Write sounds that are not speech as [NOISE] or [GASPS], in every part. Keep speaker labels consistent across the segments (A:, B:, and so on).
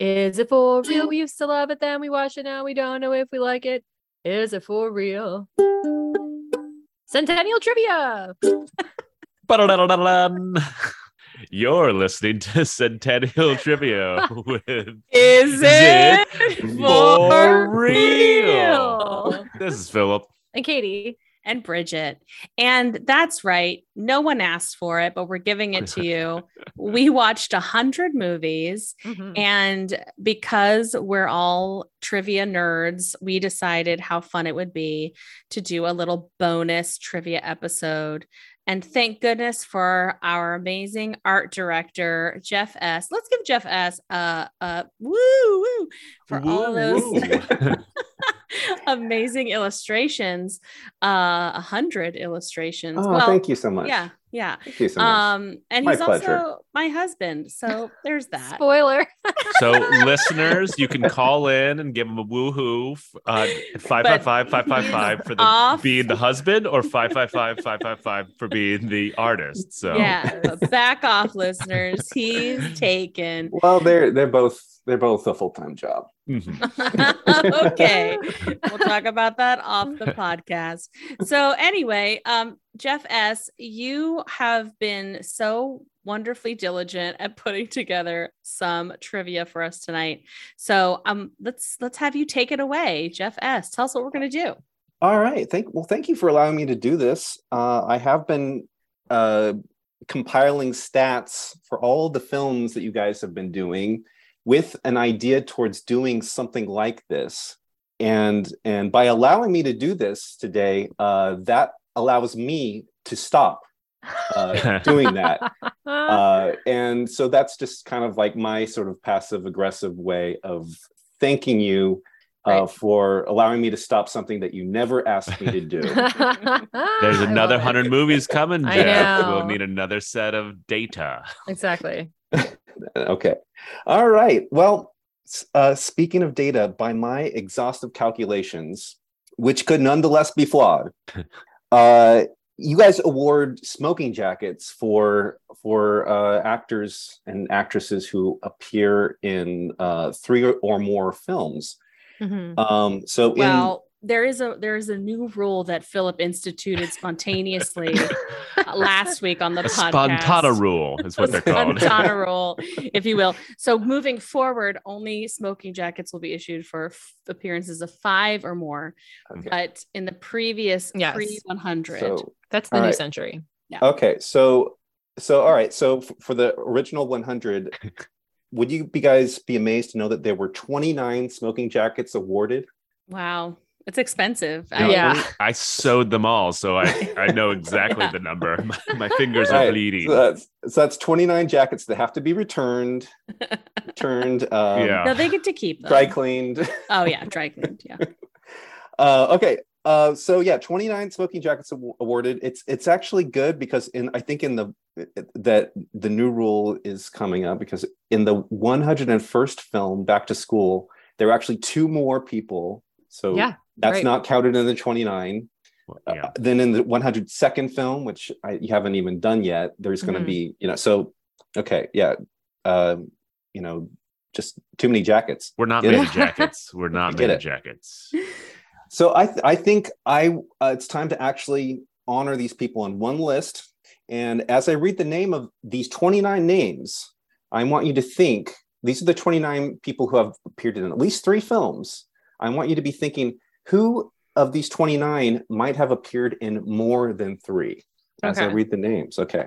A: Is it for [CLEARS THROAT] real? We used to love it, then we watch it, now we don't know if we like it. Is it for real? Centennial trivia.
B: Ba-da-da-da-da-dum. You're listening to
C: [LAUGHS]
B: Centennial Trivia with
C: Is
B: it
C: it
B: for
C: for
B: real? This is Philip.
A: And Katie,
C: and Bridget? And that's right. No one asked for it, but we're giving it to [LAUGHS] you. we watched a hundred movies,
A: Mhm.
C: and because we're all trivia nerds, we decided how fun it would be to do a little bonus trivia episode. And thank goodness for our amazing art director, Jeff S. Let's give Jeff S. a, a woo woo for all of those.
B: Woo.
C: [LAUGHS] amazing illustrations uh a hundred illustrations
D: Oh,
C: well
D: thank you so much.
C: yeah yeah
D: Thank you so much.
C: um and
D: My
C: he's
D: pleasure.
C: also my husband so there's
D: [LAUGHS]
C: that
A: spoiler.
B: so, listeners, you can call in and give them a woohoo uh, at 555 555 for the,
C: off.
B: being the husband or 555 555 for being the artist. So,
C: yeah but back off listeners he's taken
D: well, they're they're both they're both a full time job.
B: mhm.
C: [LAUGHS] okay we'll [LAUGHS] talk about that off the podcast. So anyway, um, Jeff S, you have been so wonderfully diligent at putting together some trivia for us tonight. So um, let's let's have you take it away, Jeff S. Tell us what we're gonna do.
D: All right. Thank well, thank you for allowing me to do this. Uh, I have been uh, compiling stats for all the films that you guys have been doing, with an idea towards doing something like this. And and by allowing me to do this today, uh, that allows me to stop uh,
C: Oh,
D: doing that.
A: [LAUGHS]
D: uh, and so that's just kind of like my sort of passive aggressive way of thanking you uh,
C: Right.
D: for allowing me to stop something that you never asked me
A: [LAUGHS]
D: to do.
B: There's
A: There's
B: another 100 movies coming,
A: I
B: Jeff. We'll
A: know.
B: need another set of data.
A: Exactly.
D: okay. All right. Well, s- uh, speaking of data, by my exhaustive calculations, which could nonetheless be flawed, uh, you guys award smoking jackets for for uh, actors and actresses who appear in uh, three or, or more films.
A: Mhm.
D: Um, so in,
C: Well, there is a there is a new rule that Philip instituted spontaneously
A: [LAUGHS]
C: last week on the
B: A
C: podcast.
B: spontana rule is what they're
C: [LAUGHS]
B: called.
D: [LAUGHS]
C: Spontana rule, if you will. So moving forward, only smoking jackets will be issued for f- appearances of five or more.
D: Okay.
C: But in the previous
A: Yes.
C: pre one hundred,
D: so
A: That's the
D: All
A: new
D: right.
A: century.
D: okay, so so all right, so f- for the original 100, would you be guys be amazed to know that there were 29 smoking jackets awarded?
C: wow, it's expensive.
A: Yeah. Yeah.
B: [LAUGHS] I sewed them all, so I, I know exactly
C: Yeah.
B: the number. [LAUGHS] My, my fingers
D: Right.
B: are bleeding.
D: So that's, so that's 29 jackets that have to be returned, returned, um,
B: Yeah.
C: no, they get to keep them.
D: dry cleaned.
C: Oh yeah, dry cleaned. Yeah,
D: Uh, okay. Uh, so yeah, 29 smoking jackets aw- awarded. It's it's actually good because in I think in the that the new rule is coming up because in the 101st film Back to School, there are actually two more people. So
A: yeah.
D: that's
A: right.
D: not counted in the 29.
B: yeah.
D: Uh, then in the 102nd film, which I, you haven't even done yet, there's going to
A: Mhm.
D: be you know so okay yeah, um, you know just too many jackets.
B: We're not
D: Get
B: made of
A: it?
B: jackets. We're not
D: Get
B: made of
D: it.
B: jackets.
D: So I th- I think I uh, it's time to actually honor these people on one list. And as I read the name of these 29 names, I want you to think these are the 29 people who have appeared in at least three films. I want you to be thinking who of these 29 might have appeared in more than three as I
A: Okay.
D: read the names. Okay.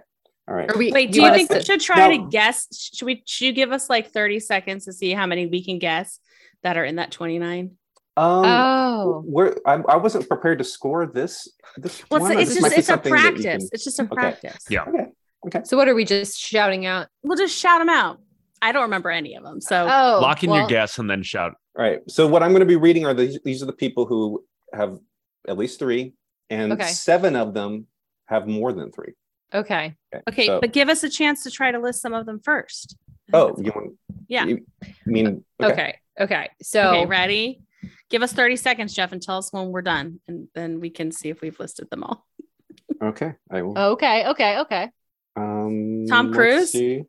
D: All right.
A: Are we,
C: Wait, do [LAUGHS] you
A: want
C: think
A: us
C: we
A: to-
C: should try
D: Now-
C: to guess? Should we? Should you give us like thirty seconds to see how many we can guess that are in that twenty nine?
D: Um,
A: Oh.
D: We're, I, I wasn't prepared to score this. this
C: Well,
D: one.
C: it's, it's
D: This might
C: just
D: be
C: it's a
D: something that you
C: practice. It's just a practice.
B: Yeah.
A: So what are we just shouting out?
C: We'll just shout them out. I don't remember any of them. So
A: Oh,
B: Lock in your
A: well, oh,
B: guess and then shout.
D: All right. So what I'm going to be reading are these, these are the people who have at least three, and
A: Okay.
D: seven of them have more than three.
A: Okay.
C: okay,
D: so-
C: but give us a chance to try to list some of them first. I
D: oh,
C: think
D: you
C: that's-
D: want?
C: Yeah.
D: you- I mean,
A: Okay.
D: okay.
A: Okay. So
C: [LAUGHS] okay, ready? Give us 30 seconds, Jeff, and tell us when we're done. And then we can see if we've listed them all.
D: Okay. I will.
A: Uh, okay. Okay. Okay.
D: Um,
C: Tom
D: let's
C: Cruise?
D: see.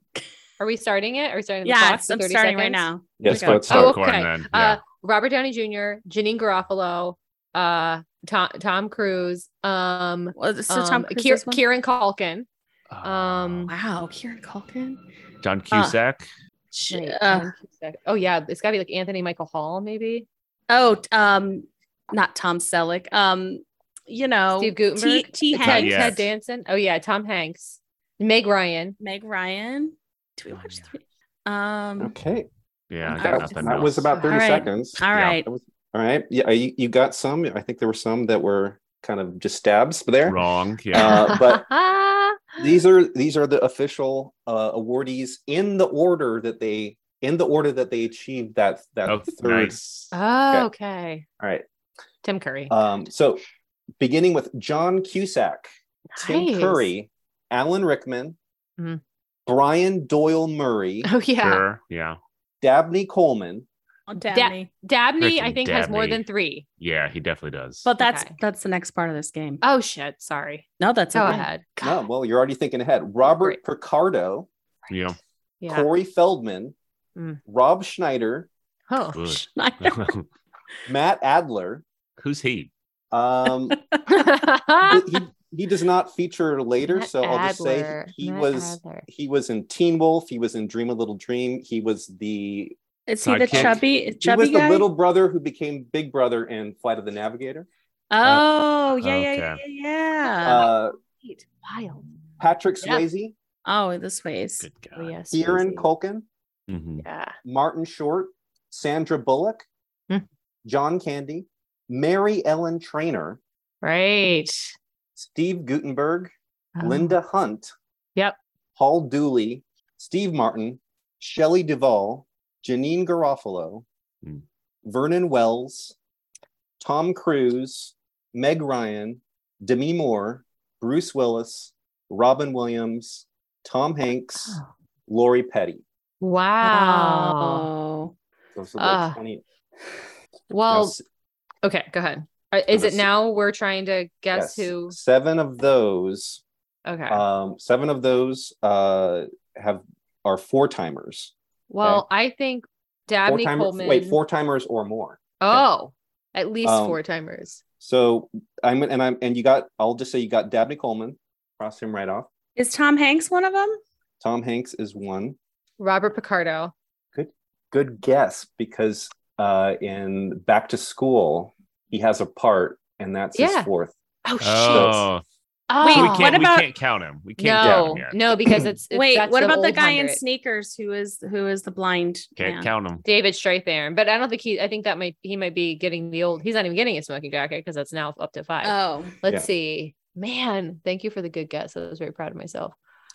A: Are we starting it? Are we starting? the
C: yeah,
A: clock
C: it's-
A: for
C: I'm
A: 30
C: starting
A: seconds?
C: right now.
D: Yes,
C: Okay.
D: but
A: Oh,
B: Start recording
A: okay.
B: then.
A: Uh, Robert Downey Jr., Janine Garofalo, uh, Tom Tom Cruise, um,
C: Well, so
A: um,
C: Tom Cruise
A: Kier-
C: is one?
A: Kieran Culkin.
B: Yeah.
A: um, uh,
C: Wow, Kieran Culkin.
B: John Cusack.
C: Sh-
A: Wait,
C: uh,
A: Tom Cusack. oh yeah, it's got to be like Anthony Michael Hall, maybe
C: oh, t- um, not Tom Selleck. Um, you know,
A: Steve
C: T.
A: Gutenberg,
C: T.
B: Not
A: Ted,
C: Hanks,
B: yet.
A: Ted Danson. Oh yeah, Tom Hanks, Meg Ryan.
C: Meg Ryan. Do we
B: Oh,
C: watch
B: yeah.
C: three? Um,
D: Oh. okay.
B: yeah, I
C: I
B: got
C: was-
B: nothing
D: that
B: else.
D: was about 30
C: All right.
D: seconds.
C: all
B: yeah.
C: right.
D: That was- all right. Yeah, uh, you, you got some. I think there were some that were kind of just stabs there.
B: wrong. Yeah.
D: Uh, but
A: [LAUGHS]
D: These are these are the official uh, awardees in the order that they in the order that they achieved that that
B: oh,
D: third.
B: nice.
A: oh,
D: okay.
A: okay.
D: All right.
A: Tim Curry.
D: Um, so beginning with John Cusack, Tim
A: Nice.
D: Curry, Alan Rickman,
A: Mhm.
D: Brian
A: [LAUGHS]
D: Doyle Murray,
A: Oh yeah,
B: Sure. Yeah.
D: Dabney Coleman.
C: Oh, Dabney.
A: Dabney. I
B: Frickin'
A: think has more
B: Dabney.
A: than three.
B: Yeah, he definitely does.
C: But that's
A: Okay.
C: that's the next part of this game.
A: Oh shit, sorry.
C: no, that's
A: Go
C: okay. [LAUGHS]
A: ahead.
D: No, well, you're already thinking ahead. Robert Picardo,
A: [LAUGHS]
B: yeah.
A: Yeah.
D: Corey Feldman,
A: Mm.
D: Rob Schneider,
A: Oh.
C: Schneider.
B: [LAUGHS]
D: Matt Adler.
B: Who's he?
D: Um,
A: [LAUGHS]
D: he, he does not feature later,
A: Matt
D: so I'll just say
A: Adler,
D: he, he
A: Matt
D: was
A: Adler.
D: he was in Teen Wolf. He was in Dream a Little Dream. He was the
C: Is he the
B: Sidekick.
C: chubby
D: he
C: chubby
D: was
C: guy?
D: the little brother who became Big Brother in Flight of the Navigator.
C: oh, yeah, yeah, yeah,
B: Uh, Okay.
C: yeah. yeah.
D: Uh,
A: Wait, wild.
D: Patrick
A: Um, Yeah.
D: Swayze,
C: oh, this ways.
B: Good
A: Oh,
B: guy.
A: yes. Swayze.
D: Kieran Culkin,
B: Mhm.
A: Yeah.
D: Martin Short, Sandra Bullock,
A: Hmm.
D: John Candy, Mary Ellen Trainer,
A: Right.
D: Steve Gutenberg,
A: Oh.
D: Linda Hunt,
A: Yep.
D: Paul Dooley, Steve Martin, Shelley Duvall, Janine Garofalo,
B: Hmm.
D: Vernon Wells, Tom Cruise, Meg Ryan, Demi Moore, Bruce Willis, Robin Williams, Tom Hanks,
A: Oh.
D: Lori Petty.
A: Wow.
C: Oh.
D: Those are the
A: Ah.
D: 20 now,
A: Well,
D: s-
A: okay, go ahead. Uh, Is it
D: this-
A: now we're trying to guess
D: yes,
A: who?
D: Seven of those,
A: Okay.
D: um, seven of those uh, have are four timers.
A: well, I think
D: Four
A: Dabney
D: timer,
A: Coleman.
D: wait, four timers or more.
A: Oh, at least
D: Um,
A: four timers.
D: So I'm and I'm and you got I'll just say you got Dabney Coleman, cross him right off.
C: Is Tom Hanks one of them?
D: Tom Hanks is one.
A: Robert Picardo.
D: Good guess because uh in Back to School he has a part and that's
A: Yeah.
D: his fourth.
A: Oh, shit.
B: Oh,
A: Oh.
B: So we
C: Wait,
B: can't.
C: what about-
B: we can't count him. We can't
A: no,
B: count him yet.
A: no, because it's, it's
C: Wait,
A: that's
C: what about the
A: old
C: guy in
A: 100.
C: sneakers who is who is the blind
B: Can't
C: man?
B: count him.
A: David Strathairn, but I don't think he. I think that might he might be getting the old. He's not even getting a smoking jacket because that's now up to five.
C: Oh.
A: Let's
D: Yeah.
A: see. Man, thank you for the good guess. I was very proud of [LAUGHS] myself.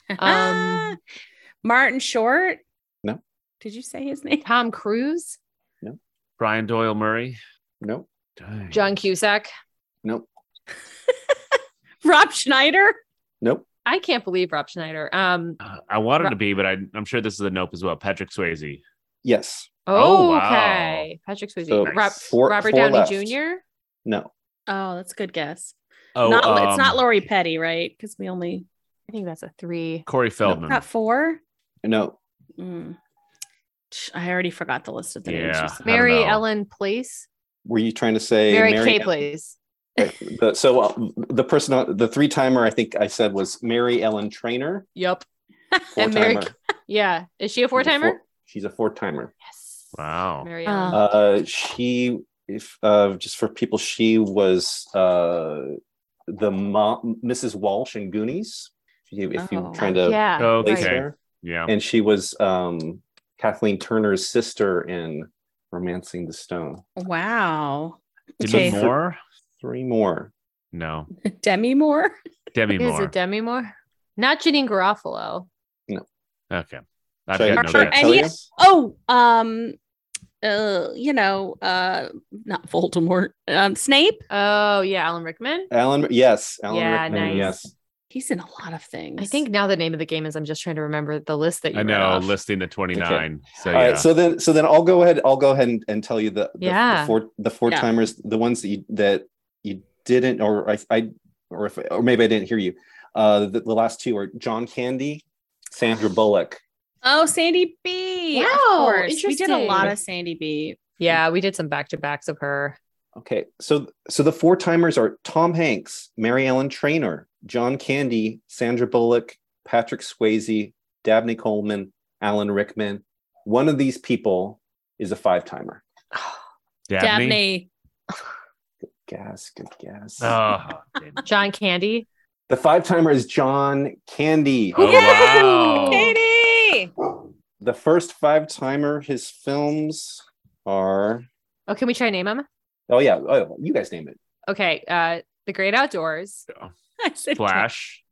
C: Um
A: Um,
C: [LAUGHS] Martin Short?
D: No.
C: Did you say his name? [LAUGHS]
A: Tom Cruise,
B: Brian Doyle Murray.
D: Nope.
B: Dang.
A: John Cusack.
D: Nope.
C: Rob Schneider?
D: Nope.
A: I can't believe Rob Schneider. Um.
B: Uh, I wanted
A: Ro-
B: to be, but I, I'm sure this is a nope as well. Patrick Swayze.
D: Yes.
A: Oh,
B: Oh, wow.
A: okay. Patrick Swayze.
D: So
A: Rob,
D: four-
A: Robert
D: four
A: Downey
D: left.
A: Jr.
D: No.
C: Oh, that's a good guess.
B: Oh,
C: not, it's not
B: um,
C: Lori Petty, right? Because we only
A: I think that's a three.
B: Corey Feldman.
C: got four.
D: No.
C: Mm. Sh- I already forgot the list of the names.
B: Yeah.
C: you said.
B: I don't
A: Mary
B: know.
A: Ellen Place.
D: Were you trying to say
A: Mary, Kay
D: Mary-
A: Place.
D: Right. The- so uh, the person on- the three timer I think I said was Mary Ellen Trainer.
A: Yep.
D: Four
A: And Mary-
D: timer.
A: Yeah. Is she a four timer?
D: She's a four timer.
A: Yes.
B: Wow.
A: Mary
C: Uh,
A: Ellen.
D: Uh, she, if uh, just for people, she was uh, the mom, Mrs. Walsh in Goonies. If, you, if
C: Oh.
D: you're trying to
A: yeah.
B: Okay.
D: place her,
B: Yeah.
D: and she was um, Kathleen Turner's sister in *Romancing the Stone*.
C: Wow.
B: Demi
C: Okay.
B: Moore.
D: Three more.
B: No.
C: [LAUGHS] Demi Moore.
B: Demi
A: Is
B: Moore.
A: it Demi Moore? Not Janine Garofalo.
B: okay. I've
D: Should I-
B: got no
D: should I
C: Or
B: guess.
D: tell
C: any-
D: you?
C: Oh, um, uh, you know, uh, not Voldemort. Um, Snape.
A: Oh yeah, Alan Rickman.
D: Alan, yes, Alan
A: Yeah,
D: Rickman,
A: nice.
D: yes.
C: He's in a lot of things.
A: I think now the name of the game is I'm just trying to remember the list that you
B: I
A: read
B: know
A: off.
B: listing the 29. So
D: All
B: yeah.
D: right, so then, so then I'll go ahead. I'll go ahead and, and tell you the, the,
A: Yeah.
D: the four the four
C: Yeah.
D: timers, the ones that you that you didn't, or I, I or if or maybe I didn't hear you. Uh, the, the last two are John Candy, Sandra Bullock,
C: Oh, Sandy B. Of
E: Wow,
C: course. We did a lot
E: interesting.
C: of Sandy B.
A: Yeah, we did some back to backs of her.
D: Okay, so so the four timers are Tom Hanks, Mary Ellen Trainer, John Candy, Sandra Bullock, Patrick Swayze, Dabney Coleman, Alan Rickman. One of these people is a five timer.
B: Dabney.
C: Dabney.
D: Gas, good guess.
C: [LAUGHS]
B: Ah, Dabney.
A: John Candy.
D: the five timer is John
B: [GASPS]
D: Candy.
B: Oh, wow.
C: Katie.
D: The first five timer, his films are.
A: Oh, can we try to name him?
D: Oh yeah, oh, you guys name it.
A: Okay. Uh, The Great Outdoors,
C: [LAUGHS] I said
B: Flash.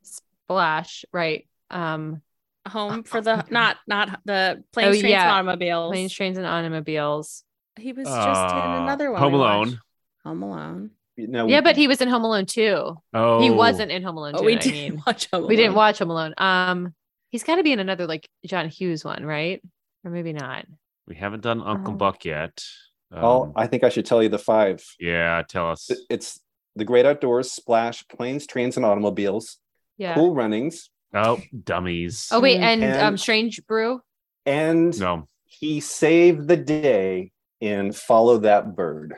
A: Splash, right? Um,
C: [LAUGHS] Home for the not not the planes,
A: Oh,
C: trains,
A: yeah.
C: and automobiles.
A: Planes, Trains, and Automobiles.
C: he was just in
B: Ah,
C: another one.
B: Home
C: we
B: Alone.
C: watched. Home Alone.
D: No,
A: Yeah, but he was in Home Alone too.
B: Oh,
A: He wasn't in Home Alone
C: Oh,
A: too.
C: we
A: I
C: didn't
A: mean,
C: [LAUGHS] watch Home Alone.
A: we didn't watch Home Alone. Um, he's got to be in another like John Hughes one, right? Or maybe not.
B: We haven't done Uncle
C: Oh.
A: Um,
B: Buck yet. Um,
D: Oh, I think I should tell you the five.
B: yeah, tell us.
D: Th- It's The Great Outdoors, Splash, Planes, Trains, and Automobiles,
A: Yeah.
D: Cool Runnings,
B: Oh, dummies.
A: Oh wait,
C: Mm.
A: and
D: And-
A: um, Strange Brew.
D: and
B: no.
D: he saved the day in Follow That Bird.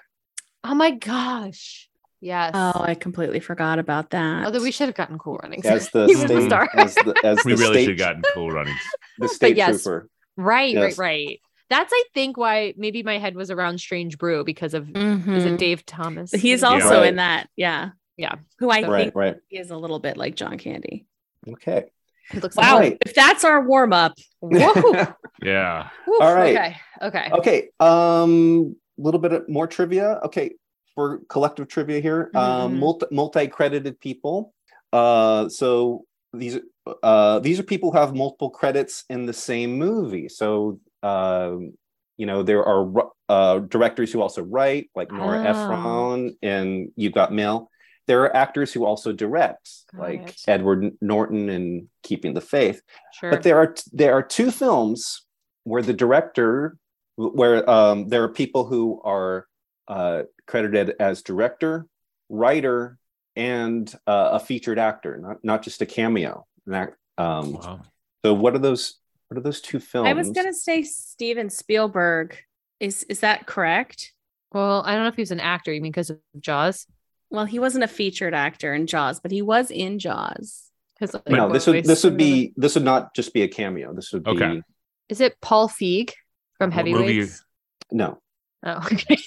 A: Oh my gosh. Yes.
C: Oh, I completely forgot about that.
A: Although we should have gotten Cool Runnings.
D: As
A: [LAUGHS]
D: the
A: He was the
D: state,
A: star.
D: as the, as
B: We really
D: the
B: should
D: state,
B: have gotten cool runnings.
D: the state
A: yes.
D: trooper.
A: right,
D: Yes.
A: right, right. That's I think why maybe my head was around Strange Brew because of is
C: Mhm.
A: it Dave Thomas?
C: He's
B: Yeah.
C: also
D: Right.
C: in that. Yeah.
A: Yeah.
C: Who I
D: Right,
C: think
D: right.
C: is a little bit like John Candy.
D: Okay.
A: He looks
C: Wow.
A: like
D: Right.
C: If that's our warm up,
A: [LAUGHS]
D: [LAUGHS]
A: Whoa.
B: Yeah.
A: Woof,
D: All right.
A: Okay. Okay.
D: okay. Um, a little bit of more trivia. Okay, for collective trivia here, uh,
A: Mhm.
D: multi multi-credited people. Uh, so these uh, these are people who have multiple credits in the same movie. So um, you know there are ru- uh, directors who also write, like Nora
A: Oh.
D: Ephron, and You've Got Mail. There are actors who also direct,
A: Got
D: like
A: it.
D: Edward Norton in Keeping the Faith
A: Sure.
D: but there are there are two films where the director where um, there are people who are uh, credited as director writer and uh, a featured actor not not just a cameo And that- um,
B: Wow.
D: so what are those what are those two films
C: I was gonna say Steven Spielberg. Is is that correct?
A: well, I don't know if he was an actor. You mean because of Jaws?
C: Well, he wasn't a featured actor in Jaws, but he was in Jaws.
A: Because
D: no this would this would be this would not just be a cameo this would be
B: Okay.
A: Is it Paul Feig from
B: What movie you-
A: Heavyweights?
D: no
A: Oh, [LAUGHS] okay.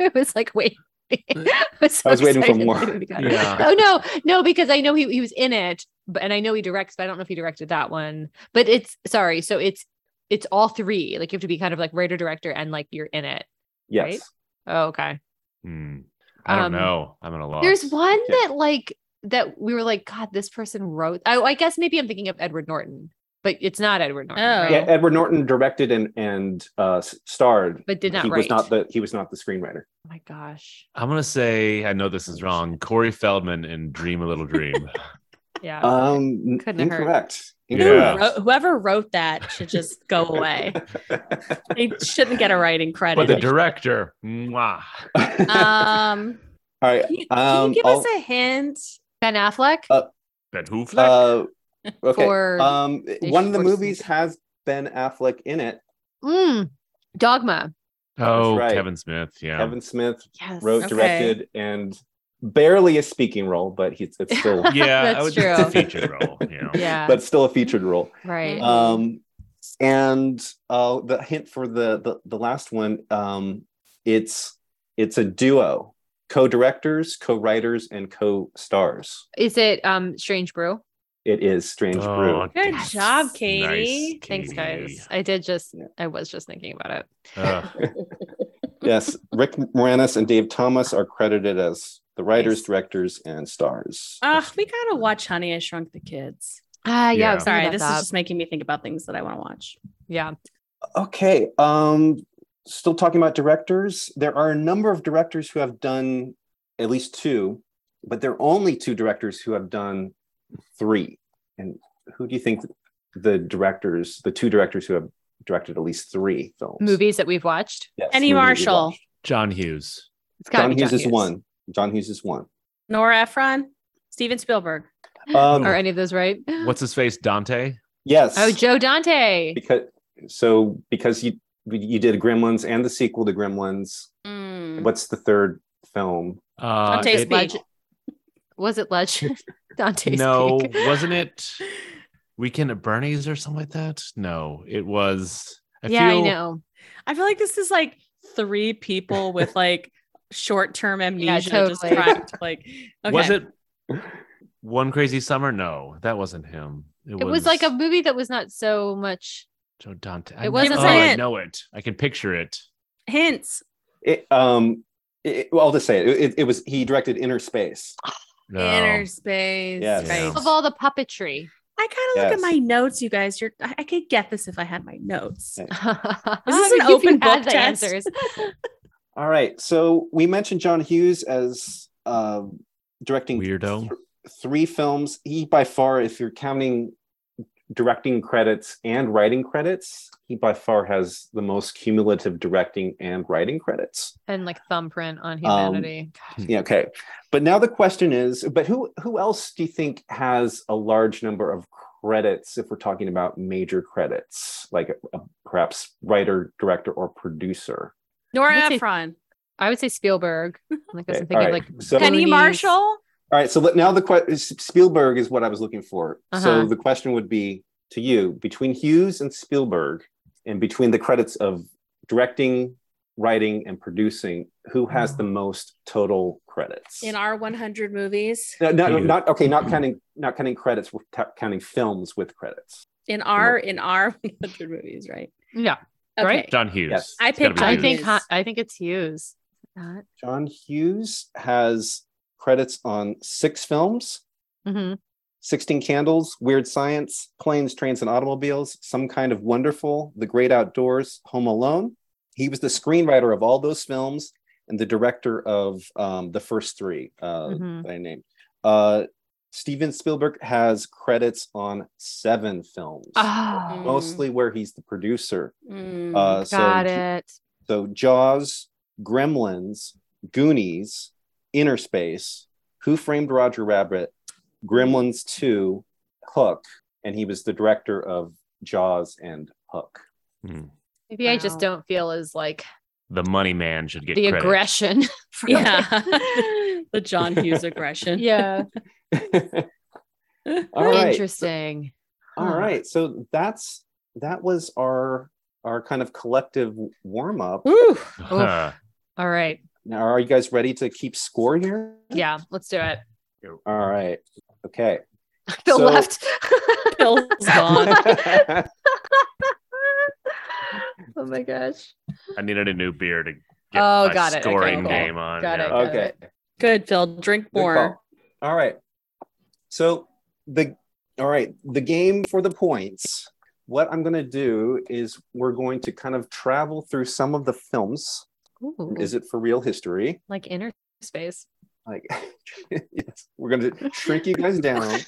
A: I was like, wait. [LAUGHS]
D: I was waiting for more.
B: Yeah.
A: Oh no, no, because I know he, he was in it, but and I know he directs, but I don't know if he directed that one. But it's sorry, so it's it's all three. Like you have to be kind of like writer, director, and like you're in it.
D: yes
A: Right? Oh, okay.
B: Hmm. I don't
A: Um,
B: know. I'm at a loss.
A: There's one
D: Okay.
A: that like that we were like, God, this person wrote. Oh, I guess maybe I'm thinking of Edward Norton, but it's not Edward Norton.
C: Oh.
A: right?
D: yeah edward norton directed and and uh, s- starred
A: But did not
D: he was
A: write.
D: not the he was not the screenwriter
A: Oh my gosh.
B: I'm gonna say I know this is wrong. Corey Feldman in Dream a
A: [LAUGHS]
B: Little Dream.
A: Yeah.
D: um n-
A: Oh, Couldn't have heard.
D: incorrect
B: Yeah.
C: Who wrote- whoever wrote that should
D: [LAUGHS]
C: just go away. They shouldn't get a writing
B: but the
C: credit.
B: director, mwah.
C: um,
D: All right.
C: can you, can
D: Um,
C: you give
D: I'll-
C: us a hint?
A: ben Affleck
B: Ben Hoofleck.
D: uh, okay.
A: for
D: um, one of the
A: Schwarzenegger.
D: movies has Ben Affleck in it.
A: Mm, Dogma.
B: oh,
D: right.
B: Kevin Smith. Yeah.
D: Kevin Smith
A: Yes.
D: wrote,
C: Okay.
D: directed, and barely a speaking role, but he's
C: [LAUGHS]
D: it's still
B: [LAUGHS] Yeah,
A: That's
B: I would
A: true.
B: It's a feature role. Yeah.
A: Yeah.
D: but still a featured role.
A: right.
C: Mhm.
D: Um, and uh, the hint for the the, the last one, um, it's it's a duo, co-directors, co-writers, and co-stars.
A: Is it um Strange Brew?
D: It is Strange Brew.
B: Oh,
C: Good
B: nice.
C: job,
B: Nice,
C: Katie.
A: Thanks, guys.
B: Katie.
A: I did just
D: Yeah.
A: I was just thinking about it.
B: Ugh.
D: yes, Rick Moranis and Dave Thomas are credited as the writers,
C: Nice.
D: directors, and stars.
C: Ugh, we gotta watch Honey I Shrunk the Kids.
A: Ah, yeah.
B: Yeah.
A: I was thinking
C: Sorry,
A: about
C: this is
A: that.
C: just making me think about things that I want to watch.
A: yeah.
D: Okay. Um, still talking about directors. There are a number of directors who have done at least two, but there are only two directors who have done three. And who do you think the directors, the two directors who have directed at least three films?
A: Movies that we've watched.
D: Yes,
C: Penny
D: movies we
C: Marshall.
D: watched.
A: [GASPS]
B: John Hughes.
A: It's gotta
D: John
A: be
D: Hughes is one. John Hughes is one.
C: Nora Ephron, Steven Spielberg.
D: Um,
A: Are any of those right?
B: What's his face? Dante.
D: Yes.
A: Oh, Joe Dante.
D: because so because you you did Gremlins and the sequel to Gremlins.
C: Mm.
D: What's the third film?
B: Uh,
C: Dante's
B: it-
C: Peak.
A: Was it Legend? [LAUGHS] Dante's
B: no,
A: Peak. [LAUGHS]
B: wasn't it Weekend at Bernie's or something like that? No, it was.
A: [LAUGHS]
B: I
A: yeah,
B: feel,
A: I know.
C: I feel like this is like three people
B: [LAUGHS]
C: with like short-term amnesia just
A: totally.
C: trying to like okay.
B: Was it One Crazy Summer? No, that wasn't him.
A: It was like a movie that was not so much.
B: Joe Dante.
A: It
B: I,
A: wasn't
B: know, oh, I
C: it.
B: know it. I can picture it.
C: hints?
D: It, um, it, well, I'll just say it. It, it was he directed Inner Space.
B: No.
C: Inner space.
D: Yes.
C: Right.
A: Of all the puppetry. [LAUGHS]
C: I kind of look at
D: Yes.
C: my notes, you guys. You're I, I could get this if I had my notes.
D: Yeah.
C: this
A: If
C: an
A: you had
C: open book
A: the
C: test?
A: answers.
D: All right. So we mentioned John Hughes as uh, directing
B: Weirdo.
D: three films. He by far, if you're counting directing credits and writing credits, he by far has the most cumulative directing and writing credits.
A: and like thumbprint on
D: Um,
A: humanity.
D: Yeah, okay. But now the question is, but who who else do you think has a large number of credits if we're talking about major credits, like uh, perhaps writer, director, or producer?
C: Nora
A: I'd say-
C: Ephron.
A: I would say Spielberg. Like I was
D: Okay,
A: thinking
D: all
A: like
D: right. so,
A: Goonies.
C: Penny Marshall.
D: All right. So let, now the question Spielberg is what I was looking for.
A: Uh-huh.
D: So the question would be to you between Hughes and Spielberg, and between the credits of directing, writing, and producing, who
A: Mm.
D: has the most total credits?
C: in our 100 movies
D: no, no, no,
B: Hughes.
D: not okay. Not counting, not counting credits. We're ta- counting films with credits.
C: in our in our [LAUGHS] 100 movies right
A: yeah,
C: okay.
A: Right?
B: John Hughes.
D: Yes.
C: I
B: It's gotta
C: picked
B: be
C: John
A: I
B: Hughes.
A: think
C: Hughes.
A: I think it's Hughes. That.
D: John Hughes has credits on six films:
A: Mhm.
D: Sixteen Candles, Weird Science, Planes, Trains, and Automobiles, Some Kind of Wonderful, The Great Outdoors, Home Alone. He was the screenwriter of all those films and the director of um, the first three uh,
A: Mhm.
D: that I named. Uh, Steven Spielberg has credits on seven films,
A: Oh,
D: mostly where he's the producer.
C: Mm.
D: Uh,
A: got
D: so
A: it.
D: so Jaws, Gremlins, Goonies, Inner Space, Who Framed Roger Rabbit, Gremlins 2, Hook, and he was the director of Jaws and Hook. [LAUGHS]
B: Mm.
A: Maybe I just
C: Wow.
A: don't feel as like
B: The money man should get
A: the
B: credit.
A: aggression. [LAUGHS] for-
C: [LAUGHS] yeah
B: [LAUGHS]
C: [LAUGHS] the john hughes aggression
A: yeah.
C: [LAUGHS]
D: All right.
A: Interesting.
D: All
A: Huh.
D: right. So that's that was our our kind of collective warm up.
C: Ooh,
B: [LAUGHS] Huh.
A: All right.
D: Now are you guys ready to keep score here?
A: Yeah. Let's do it. [LAUGHS]
D: All right. Okay.
A: Phil
D: So-
A: left.
C: [LAUGHS] Phil's gone.
A: [LAUGHS]
D: [LAUGHS]
A: oh my gosh.
B: I needed a new beer to get
A: Oh,
B: my
A: got it. Okay,
B: scoring
C: cool.
B: game on.
A: Got it,
B: yeah.
A: got it.
D: okay.
C: Good, Phil. Drink
D: Good
C: more.
D: call. All right. So the all right, the game for the points. What I'm going to do is we're going to kind of travel through some of the films.
A: Ooh,
D: Is it for real history?
A: like inner space.
D: Like, [LAUGHS] yes, we're going to shrink you guys down.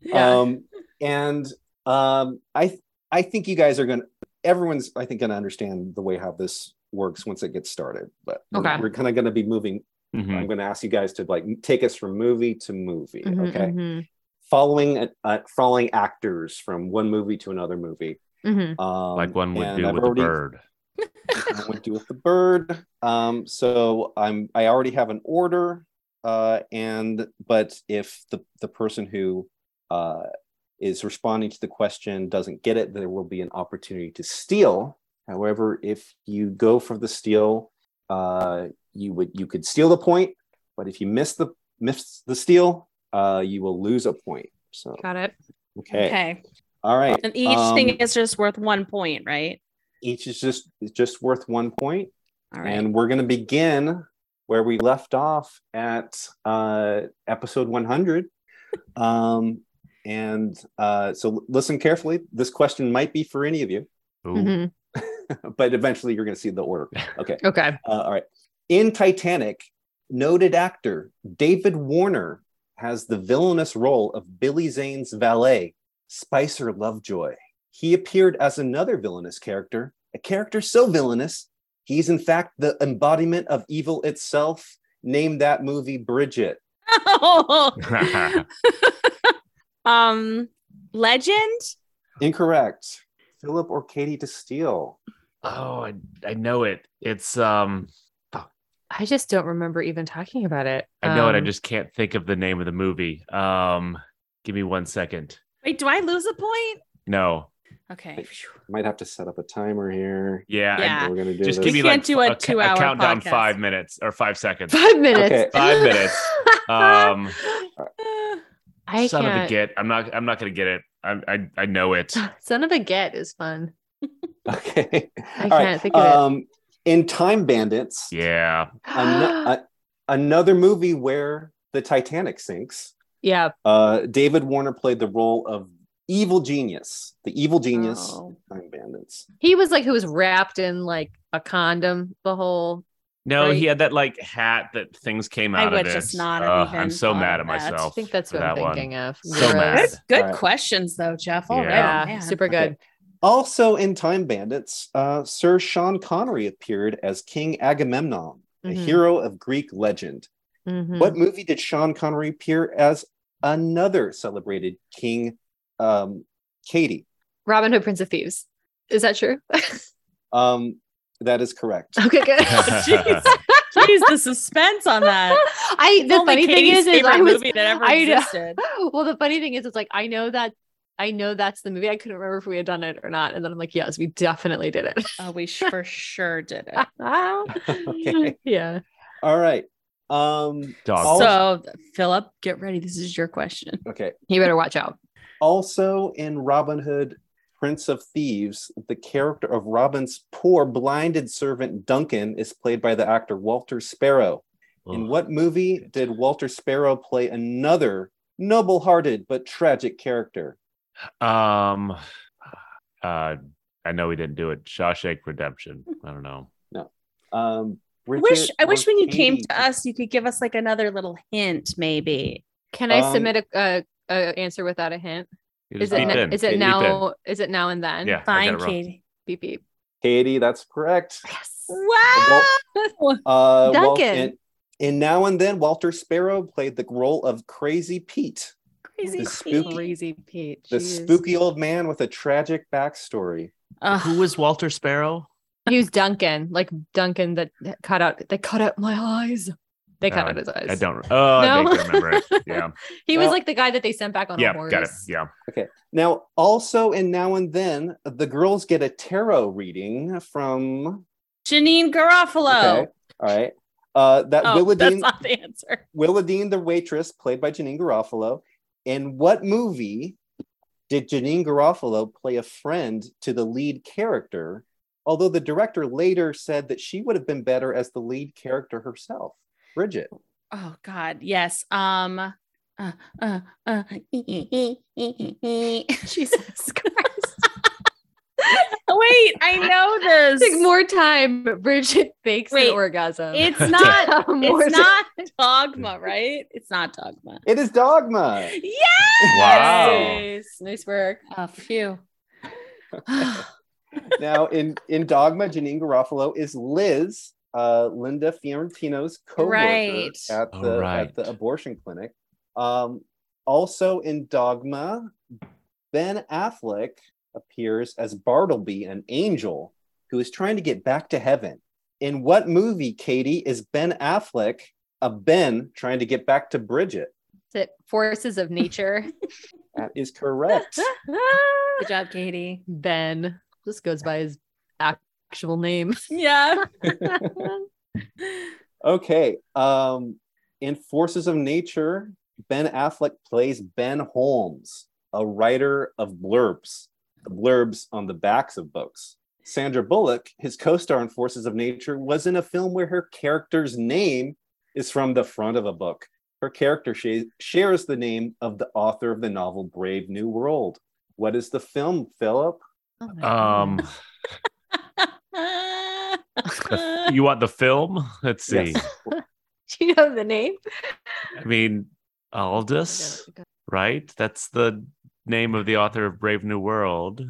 C: Yeah.
D: Um, and um, I th- I think you guys are going to everyone's I think going to understand the way how this works once it gets started. But we're,
A: Okay.
D: we're kind of going to be moving.
B: Mhm.
D: I'm going to ask you guys to like take us from movie to movie.
A: Mhm,
D: okay.
A: mhm,
D: following uh, following actors from one movie to another movie.
A: mhm.
D: Um,
B: Like one would
D: and
B: do
D: I've
B: with
D: already-
B: a
D: [LAUGHS]
B: bird.
D: One would do with the bird. Um, so I'm I already have an order, uh, and but if the the person who uh, is responding to the question doesn't get it, there will be an opportunity to steal. However, if you go for the steal, uh, you would you could steal the point, but if you miss the miss the steal, uh, you will lose a point. So
A: Got it.
D: okay.
C: okay.
D: All right.
C: And each
D: Um,
C: thing is just worth one point, right?
D: Each is just is just worth one point,
C: All right. [LAUGHS]
D: and we're going to begin where we left off at uh, episode
C: [LAUGHS]
D: 100. Um, and uh, so listen carefully. This question might be for any of you,
B: Ooh.
A: Mhm.
D: but eventually you're going to see the order. Okay.
A: Okay.
D: Uh, all right. In Titanic, noted actor David Warner has the villainous role of Billy Zane's valet, Spicer Lovejoy. He appeared as another villainous character, a character so villainous, he's in fact the embodiment of evil itself. Name that movie Bridget.
A: Mm-hmm. [LAUGHS]
B: [LAUGHS]
C: um, legend.
D: Incorrect. Philip or Katie to steal.
B: Oh, I, I know it. It's um
A: I just don't remember even talking about it.
B: I know it. I
A: Um,
B: just can't think of the name of the movie. Um give me one second.
C: Wait, do I lose a point?
B: No.
C: Okay.
D: Might have to set up a timer here.
B: Yeah. I-
C: Yeah.
D: We're gonna do
B: just
D: this.
B: give me
C: We can't
B: like
C: do a
B: ca-
C: two-hour
B: countdown
C: podcast.
B: five minutes or five
A: [LAUGHS]
B: seconds.
A: five minutes.
D: Okay.
A: [LAUGHS]
B: Five minutes. Um
A: I
B: son of a
A: can't.
B: get. I'm not I'm not gonna get it. I I, I know
C: [LAUGHS]
B: it.
A: Son of a get is fun.
D: [LAUGHS] Okay.
A: I
D: All right.
A: can't think of
D: Um, in Time Bandits,
B: Yeah.
A: it. [GASPS]
D: an- a- another movie where the Titanic sinks.
A: yeah,
D: Uh, David Warner played the role of evil genius, the evil genius,
C: Oh.
D: in Time Bandits.
A: He was like who was wrapped in like a condom the whole
B: No, he
A: Right.
B: had that like hat that things came
C: I
B: out
C: would
B: of it.
C: just not have
B: Ugh,
C: even
B: I'm so
C: thought
B: mad
C: of
B: at
C: that. I
A: I
B: myself.
A: think that's
B: for
A: what I'm
B: that one.
A: thinking of.
B: So
A: Gross.
B: mad.
C: Good, good
D: Alright.
C: questions though, Jeff. All right.
A: Yeah,
C: man.
A: super good.
D: Also in Time Bandits, uh, Sir Sean Connery appered as King Agamemnon, a
A: Mhm.
D: hero of Greek legend.
A: Mhm.
D: What movie did Sean Connery appear as another celebrated King um, Katie?
A: Robin Hood, Prince of Thieves. Is that true? [LAUGHS]
D: Um, that is correct.
A: okay,
B: [LAUGHS]
A: good.
C: [LAUGHS] Jeez. Jeez, the suspense on that.
A: [LAUGHS] I the
C: Only
A: funny thing
C: Katie's
A: is, is
C: favorite
A: I was
C: movie that ever
A: I know.
C: existed.
A: [LAUGHS] well. The funny thing is, it's like I know that I know that's the movie. I couldn't remember if we had done it or not, and then I'm like, yes, we definitely did it. [LAUGHS]
C: Oh, we sh- for sure did [LAUGHS] it.
D: Okay.
A: [LAUGHS] Yeah.
D: All right. Um,
B: Dog.
D: All-
C: So, Philip, get ready. This is your question.
D: okay.
A: You better watch out.
D: Also in Robin Hood, Prince of Thieves, the character of Robin's poor blinded servant Duncan is played by the actor Walter Sparrow. In
B: Ugh.
D: what movie did Walter Sparrow play another noble hearted but tragic character?
B: Um, uh, I know we didn't do it. Shawshank Redemption. I don't know.
D: Um,
C: I wish
D: Bridget
C: I wish
D: or
C: when you came
D: Katie?
C: to us, you could give us like another little hint, maybe.
A: Can I
D: Um,
A: submit a, a, a answer without a hint?
B: You
A: Is
B: just
A: it
B: beeped
A: na-
B: in.
A: is
B: You
A: it
B: beeped
A: now? Is it now and then?
B: in. Yeah, I
C: Fine,
B: got it wrong.
C: Katie.
A: Beep beep.
D: Katie, that's correct.
A: Yes. [LAUGHS]
C: Wow.
D: Uh, Wal-
A: Duncan.
D: and- and now and then, Walter Sparrow played the role of Crazy Pete,
C: Crazy.
D: The spooky-
C: Pete.
A: Crazy Pete.
D: the
A: Jeez.
D: spooky old man with a tragic backstory.
C: Ugh.
B: Who was Walter Sparrow?
A: He was Duncan, like Duncan that that cut out. They cut out my eyes. They cut
B: Oh,
A: out his eyes.
B: I don't. Oh, I
A: No.
B: vaguely remember
A: [LAUGHS]
B: it. Yeah,
A: He was
D: Well-
A: like the guy that they sent back on
B: yeah,
A: a horse.
B: got it.
A: [LAUGHS]
B: Yeah.
D: Okay. Now, also in Now and Then, the girls get a tarot reading from.
C: Janine Garofalo.
D: Okay. All right. Uh, that
C: Oh,
D: Willa
C: that's
D: Dean,
C: not the answer.
D: Willa Dean, the waitress, played by Janine Garofalo. In what movie did Janine Garofalo play a friend to the lead character? Although the director later said that she would have been better as the lead character herself, Bridget.
C: Oh God, yes. Um. uh, uh, uh, [LAUGHS]
A: Jesus Christ.
C: [LAUGHS] Wait, I know this.
A: Take more time. Bridget fakes
C: Wait,
A: an orgasm. [LAUGHS]
C: It's not.
A: More
C: It's
A: time.
C: not dogma, right? It's not dogma.
D: It is Dogma.
C: Yes.
B: [LAUGHS] Wow.
A: Nice work.
C: A few. [LAUGHS]
D: now in in Dogma, Janine Garofalo is Liz, uh, Linda Fiorentino's co-worker
C: Right.
D: at
B: Oh,
D: the
B: right.
D: at the abortion clinic. Um, also in Dogma, Ben Affleck appears as Bartleby, an angel who is trying to get back to heaven. In what movie, Katie, is Ben Affleck a Ben trying to get back to Bridget?
A: The forces of nature.
D: That is correct.
C: Good job,
A: [LAUGHS]
C: Katie.
A: [LAUGHS] ben. This goes by his actual name.
C: [LAUGHS] Yeah.
D: Okay. Um, in Forces of Nature, Ben Affleck plays Ben Holmes, a writer of blurbs, the blurbs on the backs of books. Sandra Bullock, his co star in Forces of Nature, was in a film where her character's name is from the front of a book. Her character sha- shares the name of the author of the novel Brave New World. What is the film, Philip?
A: Oh my [LAUGHS] God.
B: Um, you want the film? Let's see.
D: Yes.
A: Do you know the name?
B: I mean, Aldous, right? That's the name of the author of Brave New World.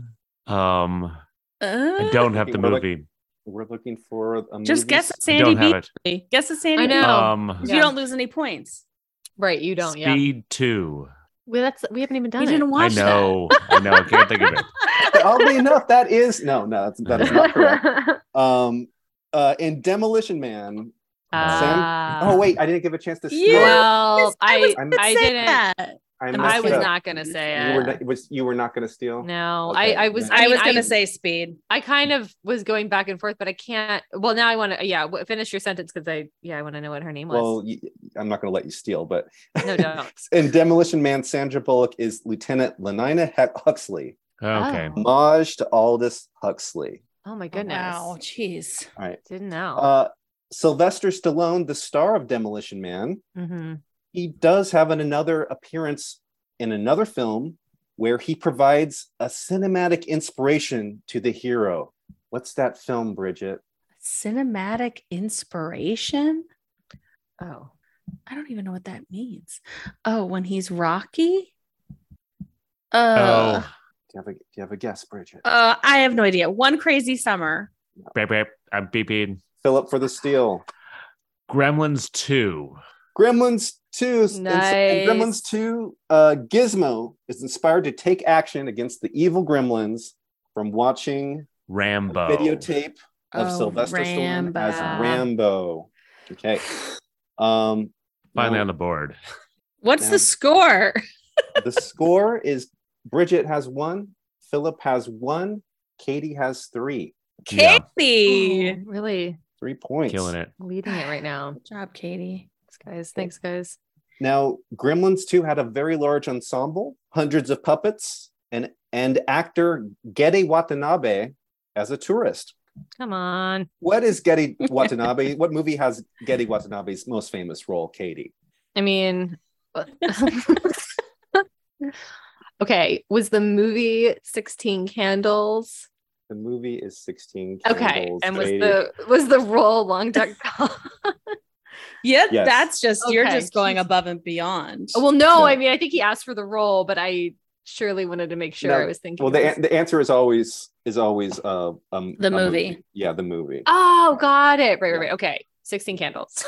B: Um, I
A: Ah.
B: don't have the
D: We're like-
B: movie.
D: We're looking for a
C: Just
D: movie-
C: guess a
B: I
C: Sandy
B: don't have
C: Beach
B: it.
C: movie. Guess a Sandy
A: I
C: Beach.
A: know. No.
B: Um,
C: You
A: Yeah.
C: don't lose any points.
A: Right, you don't. Yeah.
B: Speed Two.
A: Well, that's we haven't even done
C: You
A: it.
C: didn't
B: I
C: watch
B: know. I know. I can't think of
A: [LAUGHS]
B: it.
C: that.
D: But oddly enough, that is no, no, that's, that
C: [LAUGHS]
D: is not
A: [LAUGHS]
D: correct. Um, uh, in Demolition Man.
A: Ah.
D: oh wait, I didn't give a chance to.
C: You-
D: swear.
A: well, I
D: I'm-
A: I didn't.
D: I,
A: I
D: messed
A: was
D: up.
A: not gonna say
D: You were
A: it.
D: not, was you were not going to steal.
A: No,
D: Okay,
A: I I was.
D: yeah.
C: I,
A: mean,
C: was gonna say speed.
A: I kind of was going back and forth, but I can't. Well, now I want to. Yeah, w- finish your sentence because I. Yeah, I want to know what her name was.
D: Well, you, I'm not going to let you steal, but [LAUGHS]
A: no, don't.
D: in Demolition Man, Sandra Bullock is Lieutenant Lenina Heck Huxley,
B: Okay.
A: Oh,
D: homage to Aldous Huxley.
A: oh my goodness.
C: Wow, jeez.
D: All right.
A: Didn't know.
D: Uh, Sylvester Stallone, the star of Demolition Man,
A: hmm
D: he does have an, another appearance in another film where he provides a cinematic inspiration to the hero. What's that film, Bridget?
C: Cinematic inspiration.
A: Oh,
C: I don't even know what that means. Oh, when he's Rocky. Uh,
A: Ah.
B: Oh,
D: Do you have a, do you have a guess, Bridget?
C: uh, I have no idea. One crazy summer.
B: brap, brap, I'm beeping.
D: Philip for the Steel.
B: Gremlins 2.
D: Gremlins 2. is-
A: Nice.
D: Gremlins 2, uh, Gizmo is inspired to take action against the evil gremlins from watching a
B: Rambo.
D: videotape of
C: Oh,
D: Sylvester Stallone as
A: Rambo.
D: Rambo. Okay. Um,
B: Finally
D: now
B: on the board.
C: What's
D: Yeah.
C: the score?
D: the score is Bridget has one, Philip has one, Katie has three.
B: Yeah.
C: Katie.
A: Oh, really
D: Three points.
B: Killing it.
A: leading it right now,
C: Good job, Katie.
A: Thanks, guys. Thanks, guys.
D: Now, Gremlins 2 had a very large ensemble, hundreds of puppets, and, and actor Gede Watanabe as a tourist.
A: Come on.
D: What
A: [LAUGHS]
D: is Getty Watanabe? what movie has Getty Watanabe's most famous role, Katie?
A: I [LAUGHS] mean, okay. Was the movie Sixteen Candles?
D: The movie is 16
A: Okay,
D: Candles.
A: and was
D: Katie.
A: the was the role Long Duck Dong?
C: Yeah,
D: Yes.
C: that's just you're
A: Okay.
C: just going above and beyond.
A: [LAUGHS] well, no,
D: No.
A: I mean, I think he asked for the role, but I surely wanted to make sure
D: No,
A: I was thinking.
D: Well, the,
A: it
D: an-
A: was-
D: the answer is always is always uh, um,
C: The
D: a
C: movie.
D: Yeah, the movie.
A: oh, got it. Right, right,
D: Yeah.
A: right. Okay, Sixteen [LAUGHS] Candles.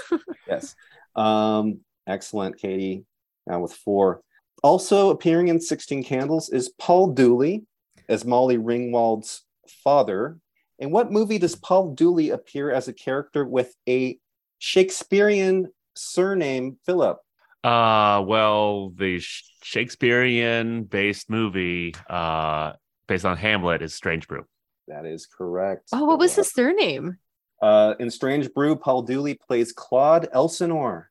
D: Yes. Um, excellent, Katie. Now with four. Also appearing in 16 Candles is Paul Dooley as Molly Ringwald's father. In what movie does Paul Dooley appear as a character with a Shakespearean surname, Philip?
B: Uh, well, the Sh- Shakespearean based movie uh, based on Hamlet is Strange Brew.
D: That is correct.
A: oh, what was
D: Philip.
A: his
D: [SIGHS]
A: surname?
D: Uh, in Strange Brew, Paul Dooley plays Claude Elsinore.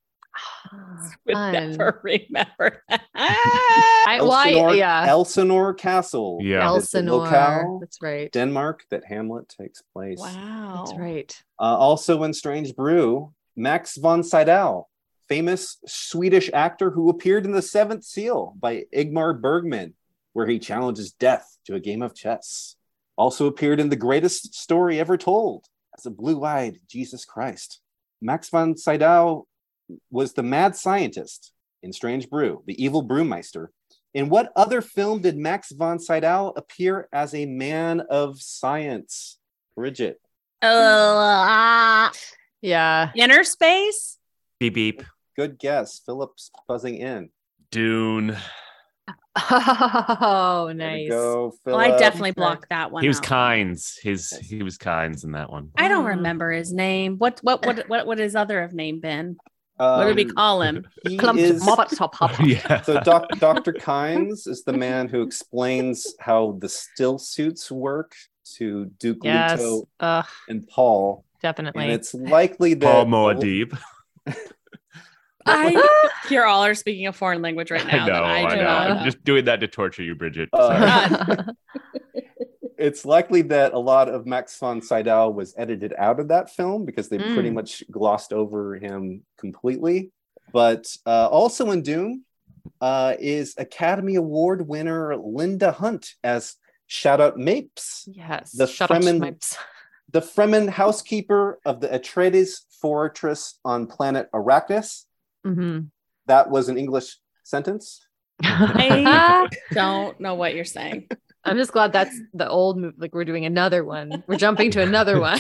C: would
A: Fun.
C: never
A: [LAUGHS]
C: [LAUGHS] remember that.
A: I, well, I,
D: Elsinore,
A: yeah,
D: Elsinore Castle.
B: Yeah.
D: that is the
A: Elsinore.
D: locale,
A: That's right.
D: Denmark, that Hamlet takes place.
C: wow.
A: That's right.
D: Uh, also in Strange Brew, Max von Sydow, famous Swedish actor who appeared in The Seventh Seal by Igmar Bergman, where he challenges death to a game of chess. Also appeared in The Greatest Story Ever Told as a blue eyed Jesus Christ. Max von Sydow was the mad scientist in Strange Brew, the evil brewmeister. In what other film did Max von Sydow appear as a man of science? Bridget.
C: Uh,
A: Yeah. [LAUGHS]
C: inner space.
B: Beep, beep.
D: Good guess. Phillips buzzing in.
B: Dune.
A: Oh,
D: There we
A: nice.
D: go,
C: Well, I
D: Philip.
C: definitely blocked that one.
B: He was
C: out.
B: Kynes. His he was Kynes in that one.
C: I don't remember his name. What what what what would his other of name been? What did we
D: Um,
C: call
D: [LAUGHS]
C: him?
D: he
A: Clump
D: is-
A: Moppet Top
D: [LAUGHS]
A: Hopper.
B: [LAUGHS] yeah.
D: so doc, Dr. Kynes is the man who explains how the still suits work to Duke
A: Yes.
D: Leto
A: Ugh,
D: and Paul.
A: definitely.
D: And it's likely that
B: Paul Moadib. [LAUGHS]
C: [LAUGHS] I you're all are speaking a foreign language right now.
B: I
C: that
B: know. I,
C: do
B: know.
C: not
B: I'm just doing that to torture you, Bridget.
D: Uh,
B: Sorry.
D: [LAUGHS] it's likely that a lot of Max von Sydow was edited out of that film because they pretty
A: Mm.
D: much glossed over him completely. But uh, also in Doom uh, is Academy Award winner Linda Hunt as Shout Out Mapes,
A: yes.
D: the
A: Shut up,
D: Fremen-
A: Schmipes.
D: the Fremen housekeeper of the Atreides fortress on planet Arrakis.
A: Mhm.
D: That was an English sentence.
C: I- don't know what you're saying.
A: I'm just glad that's the old move. Like we're doing another one. We're jumping to another one.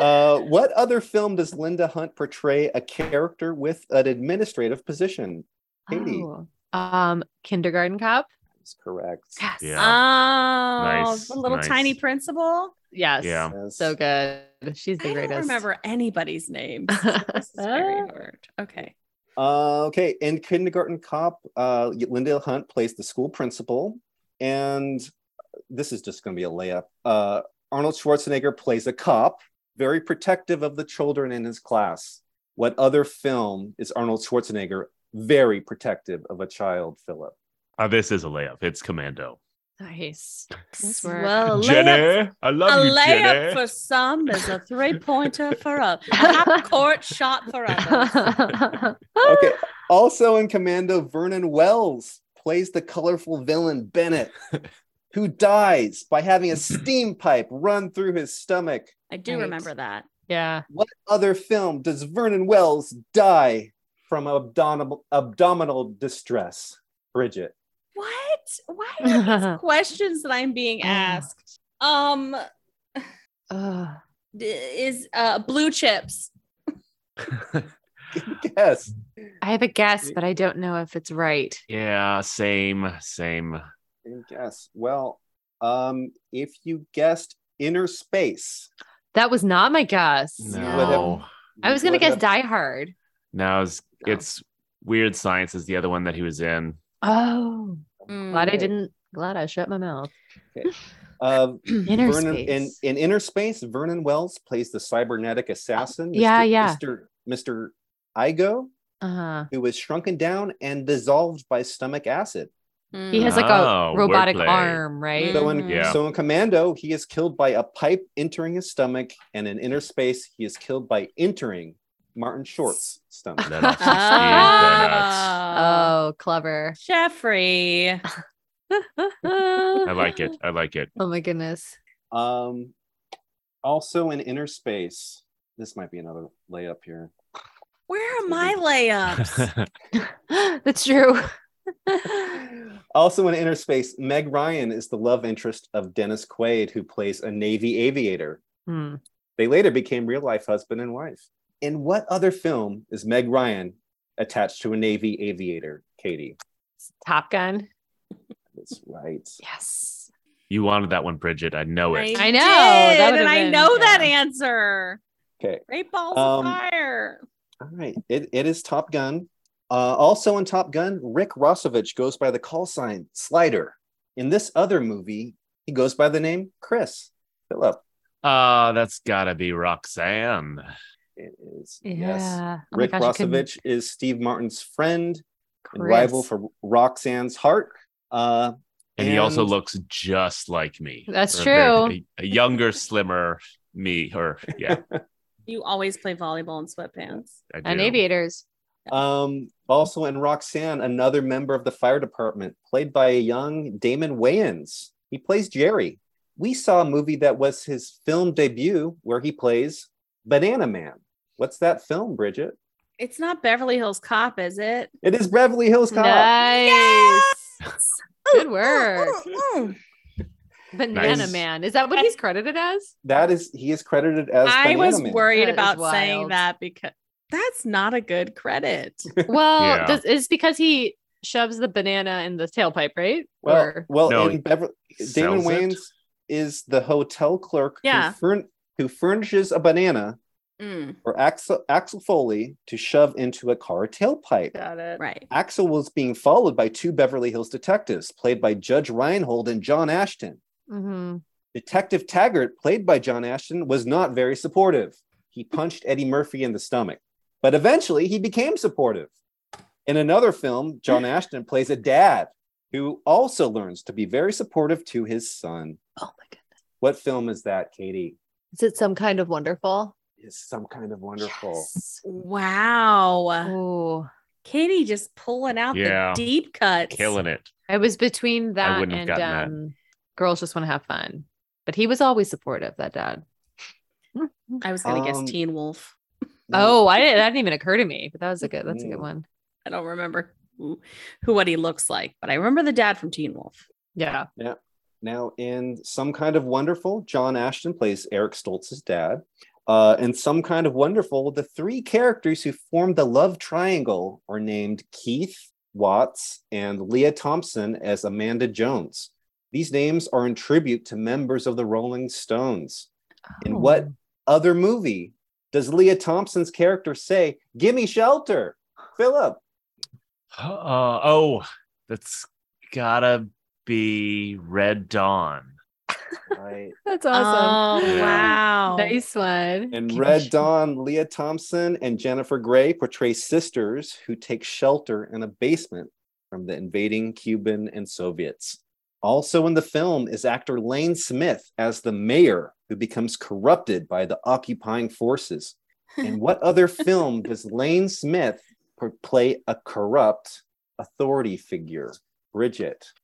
D: Uh, what other film does Linda Hunt portray a character with an administrative position? [LAUGHS] Katie.
A: Oh, um, Kindergarten Cop.
D: That's correct.
A: Yes.
B: [LAUGHS] Yeah.
C: Oh,
B: Nice,
C: the little
B: nice.
C: tiny principal.
A: Yes.
B: Yeah.
D: Yes.
A: So good. She's the
C: I
A: greatest.
C: don't
A: [LAUGHS]
C: remember anybody's [LAUGHS] name. this is very hard. Okay.
D: Uh, okay, in Kindergarten Cop, uh, Lindale Hunt plays the school principal, and uh, this is just going to be a layup. Uh, Arnold Schwarzenegger plays a cop, very protective of the children in his class. What other film is Arnold Schwarzenegger very protective of a child, Philip?
B: Uh, this is a layup. It's Commando.
A: Nice. Nice work.
C: Well, layup,
B: Jenny, I
C: a
B: love you,
C: layup
B: Jenny.
C: for some is a three pointer for [LAUGHS] others. Half court shot for others.
D: [LAUGHS]
A: [LAUGHS]
D: Okay, also in Commando, Vernon Wells plays the colorful
A: [LAUGHS]
D: villain Bennett, who dies by having a steam pipe run through his stomach.
C: I do
A: Right.
C: remember that.
A: yeah.
D: What other film does Vernon Wells die from abdominal abdominal distress? Bridget. [LAUGHS]
C: What? Why are [LAUGHS] these questions that I'm being asked? Um,
A: Ugh.
C: d- is uh blue chips?
D: Yes.
A: I have a guess, but I don't know if it's right.
B: [LAUGHS] yeah, same, same.
D: Yes. Well, um, if you guessed inner space,
A: That was not my guess.
B: No,
D: No.
A: I was gonna
D: you would
A: guess
D: have-
A: Die Hard.
B: no, it's,
A: No.
B: it's Weird Science is the other one that he was in.
A: [LAUGHS] Oh,
C: Mm.
A: glad I
D: Okay.
A: didn't. Glad I shut my
D: [CLEARS THROAT]
A: mouth.
D: Uh,
A: [CLEARS THROAT] Inner
D: Vernon, in,
A: space.
D: in Inner Space, Vernon Wells plays the cybernetic assassin.
A: yeah,
D: Mr.
A: yeah.
D: Mr. Mr. Igo,
A: uh-huh.
D: who was shrunken down and dissolved by stomach acid.
C: Mm.
A: He has like
B: Oh,
A: a robotic
B: wordplay.
A: arm, right?
D: So in,
C: Mhm.
B: Yeah.
D: so in Commando, he is killed by a pipe entering his stomach, and in Inner Space, he is killed by entering Martin Short's stomach.
B: Let
C: Ah.
B: us eat donuts.
C: Oh,
A: Oh, clever.
C: Jeffrey.
B: I
A: oh [LAUGHS]
B: like it. I like it.
A: my goodness. [LAUGHS]
D: Um, also in Inner Space, this might be another layup here.
C: Where are
B: [LAUGHS]
C: my layups?
A: That's
D: [LAUGHS]
A: true.
D: Also in Inner Space, Meg Ryan is the love interest of Dennis Quaid, who plays a Navy aviator.
A: Hmm.
D: They later became real life husband and wife. In what other film is Meg Ryan attached to a Navy aviator? Katie,
A: Top Gun.
D: that's right.
A: Yes.
B: you wanted that one, Bridget. I know it.
A: I know, that
C: did,
A: would've
C: and I
A: been-
C: know that
A: yeah.
C: answer.
D: Okay.
C: Great balls
D: Um,
C: of fire.
D: All right. It, it is Top Gun. Uh, also in Top Gun, Rick Rossovich goes by the call sign Slider. In this other movie, he goes by the name Chris. Philip.
B: Uh, that's gotta be Roxanne.
D: It is.
A: Yeah.
D: Yes.
A: Oh my
D: Rick
A: gosh, I couldn't-
D: Rossovich is Steve Martin's friend and
A: Chris.
D: rival for Roxanne's heart. Uh,
B: And, he also
D: And-
B: looks just like me.
A: That's
B: Or a very-
A: true.
B: A, a younger, slimmer me, or yeah,
C: You always play volleyball in sweatpants.
B: I do.
A: and aviators.
D: um, also in Roxanne, another member of the fire department, played by a young Damon Wayans. He plays Jerry. We saw a movie that was his film debut where he plays Banana Man. What's that film, Bridget?
C: It's not Beverly Hills Cop, is it?
D: It is Beverly Hills Cop.
A: Nice.
C: Oh,
A: Good work.
D: [LAUGHS]
C: Mm-mm-mm.
A: Banana
B: Nice.
A: Man. Is that what he's credited as?
D: That is, he is credited as
C: I
D: Banana
C: was
D: Man.
C: worried
A: That is
C: about saying
A: wild.
C: that because that's not a good
D: [LAUGHS]
C: credit.
A: Well,
B: Yeah.
A: does, it's because he shoves the banana in the tailpipe, right?
D: Well,
A: Or-
D: well,
B: No,
D: in Beverly, Damon
B: Sells it?
D: Wayans is the hotel clerk
C: Yeah.
D: who, furn- who furnishes a banana
C: Mm,
D: for Axel, Axel Foley to shove into a car tailpipe.
A: got it.
C: right.
D: Axel was being followed by two Beverly Hills detectives, played by Judge Reinhold and John Ashton.
A: Mm-hmm.
D: Detective Taggart, played by John Ashton, was not very supportive. He punched Eddie Murphy in the stomach, but eventually he became supportive. In another film, John Ashton plays a dad who also learns to be very supportive to his son.
A: Oh my goodness.
D: What film is that, Katie?
A: Is it some kind of wonderful?
D: It's some kind of wonderful.
C: Wow.
A: Oh,
C: Katie just pulling out
B: Yeah.
C: the deep cuts.
B: killing it.
A: I was between that
B: wouldn't have
A: and
B: gotten that.
A: um, girls just want to have fun. But he was always supportive. That dad.
C: I was gonna
D: Um,
C: guess Teen Wolf.
A: Oh, I didn't, that didn't even occur to me. But that was a good. That's a good
D: Mm.
A: one.
C: I don't remember who, who what he looks like, but I remember the dad from Teen Wolf.
A: Yeah.
D: Now, in Some Kind of Wonderful, John Ashton plays Eric Stoltz's dad. Uh, in Some Kind of Wonderful, the three characters who form the love triangle are named Keith, Watts, and Leah Thompson as Amanda Jones. These names are in tribute to members of the Rolling Stones. In
A: Oh.
D: what other movie does Leah Thompson's character say, Gimme shelter? Philip,
B: Uh, oh, that's gotta be Red Dawn.
D: right.
A: That's awesome.
C: Oh,
B: Yeah.
C: wow.
A: Nice one.
D: And
A: Gimme
D: Red
A: shelter.
D: Dawn, Leah Thompson and Jennifer Grey portray sisters who take shelter in a basement from the invading Cuban and Soviets. Also in the film is actor Lane Smith as the mayor who becomes corrupted by the occupying forces. In what other film does Lane Smith per- play a corrupt authority figure? Bridget.
C: [LAUGHS]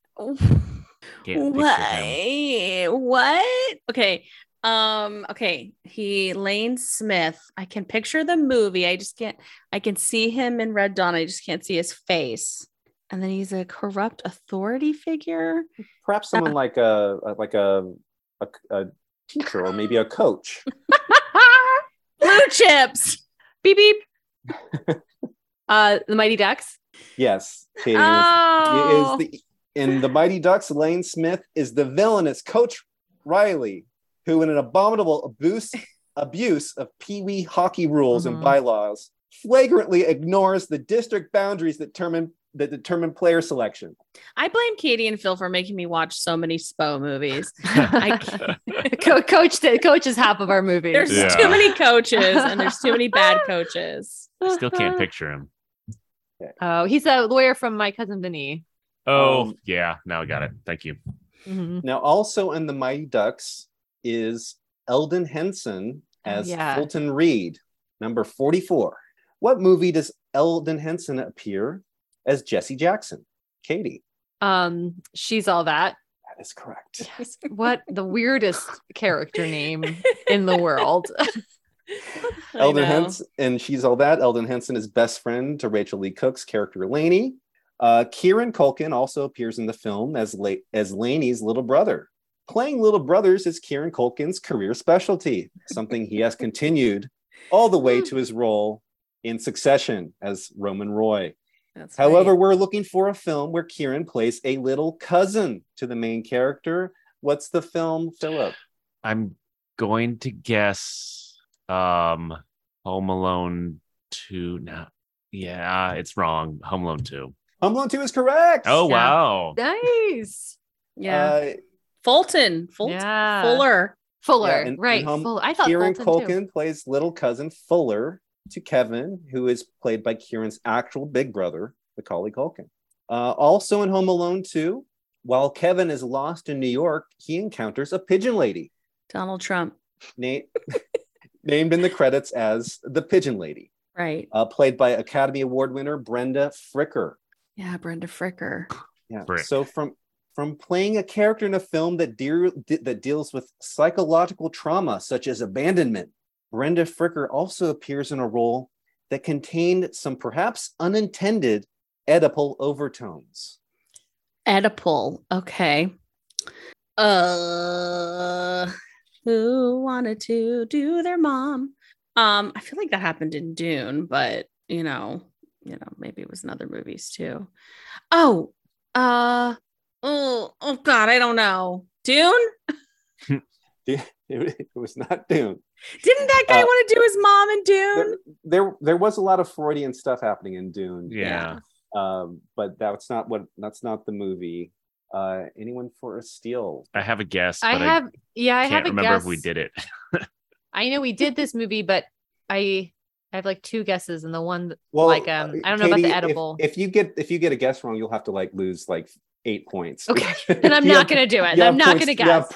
B: Can't picture him.
C: Why? What? Okay. Um, okay. He Lane Smith. I can picture the movie. I just can't I can see him in Red Dawn. I just can't see his face. And then he's a corrupt authority figure.
D: Perhaps someone like a, a- like a, a a teacher or maybe a coach. [LAUGHS]
C: Blue chips. Beep beep.
A: Uh, the Mighty Ducks.
D: Yes, Katie.
C: Oh,
D: is the in the Mighty Ducks, Lane Smith is the villainous Coach Riley, who, in an abominable abuse abuse of Pee Wee hockey rules
A: Mhm.
D: and bylaws, flagrantly ignores the district boundaries that determine that determine player selection.
C: I blame Katie and Phil for making me watch so many SPO
D: [LAUGHS]
C: movies. I can't-
A: Co- coach, coach is half of our movie.
C: There's
B: Yeah.
C: too many coaches and there's too many
D: [LAUGHS]
C: bad coaches.
B: Still can't picture him.
A: Oh, he's a lawyer from My Cousin Vinny.
B: Oh,
D: Um,
B: yeah. Now I got it. Thank you.
A: Mhm.
D: Now, also in the Mighty Ducks is Eldon Henson
A: Oh,
D: as
A: yeah.
D: Fulton Reed, number forty-four. What movie does Eldon Henson appear as Jesse Jackson? Katie,
A: Um, she's all that.
D: that is correct. [LAUGHS]
A: What the weirdest character name in the world?
C: I
D: Eldon
C: know.
D: Henson, and she's all that. Eldon Henson is best friend to Rachel Lee Cook's character Laney. Uh, Kieran Culkin also appears in the film as La- as Laney's little brother. Playing little brothers is Kieran Culkin's career specialty, something he has continued all the
C: Hmm.
D: way to his role in Succession as Roman Roy.
C: That's
D: However,
C: right.
D: we're looking for a film where Kieran plays a little cousin to the main character. What's the film, Philip?
B: I'm going to guess um Home Alone 2. No. Yeah, it's wrong. Home Alone 2.
D: Home Alone 2 is correct.
B: Oh,
C: Yeah.
B: wow.
A: Nice.
C: yeah,
D: Uh,
C: Fulton, Fulton,
A: Yeah.
C: Fuller.
A: Fuller,
D: Yeah, and-
A: right?
D: and hum-
A: Fuller. I thought
D: Kieran
A: Fulton too.
D: Culkin plays little cousin Fuller to Kevin, who is played by Kieran's actual big brother, Macaulay Culkin. Uh, also in Home Alone 2, while Kevin is lost in New York, he encounters a pigeon lady
C: Donald Trump.
D: na- [LAUGHS] named in the credits as the Pigeon Lady,
C: Right.
D: uh, played by Academy Award winner Brenda Fricker.
C: Yeah, Brenda Fricker.
D: Yeah.
B: Frick.
D: So from from playing a character in a film that dear that deals with psychological trauma such as abandonment, Brenda Fricker also appears in a role that contained some perhaps unintended Oedipal overtones. [LAUGHS]
C: Oedipal. Okay. Uh who wanted to do their mom? Um, I feel like that happened in Dune, but you know, you know, maybe it was in other movies too. Oh, uh oh, oh god, I don't know. Dune?
D: It, was not Dune.
C: Didn't that guy
D: Uh,
C: want to do his mom in Dune?
D: There, there, there was a lot of Freudian stuff happening in Dune.
B: Yeah.
D: Um, but that's not what that's not the movie. Uh, anyone for a steal?
B: I have a guess, but
A: I
B: I,
A: have, yeah, I
B: can't
A: have a
B: remember
A: guess.
B: if we did it. [LAUGHS]
A: I know we did this movie, but I, I have like two guesses, and the one
D: [LAUGHS] Well,
A: Like, um, I don't know about the edible.
D: If, if you get if you get a guess wrong, you'll have to like lose like eight points.
A: Okay.
D: [LAUGHS]
A: [LAUGHS] then I'm
D: You
A: not
D: have-
A: gonna do it.
D: you
A: Then I'm
D: have
A: not
D: points-
A: gonna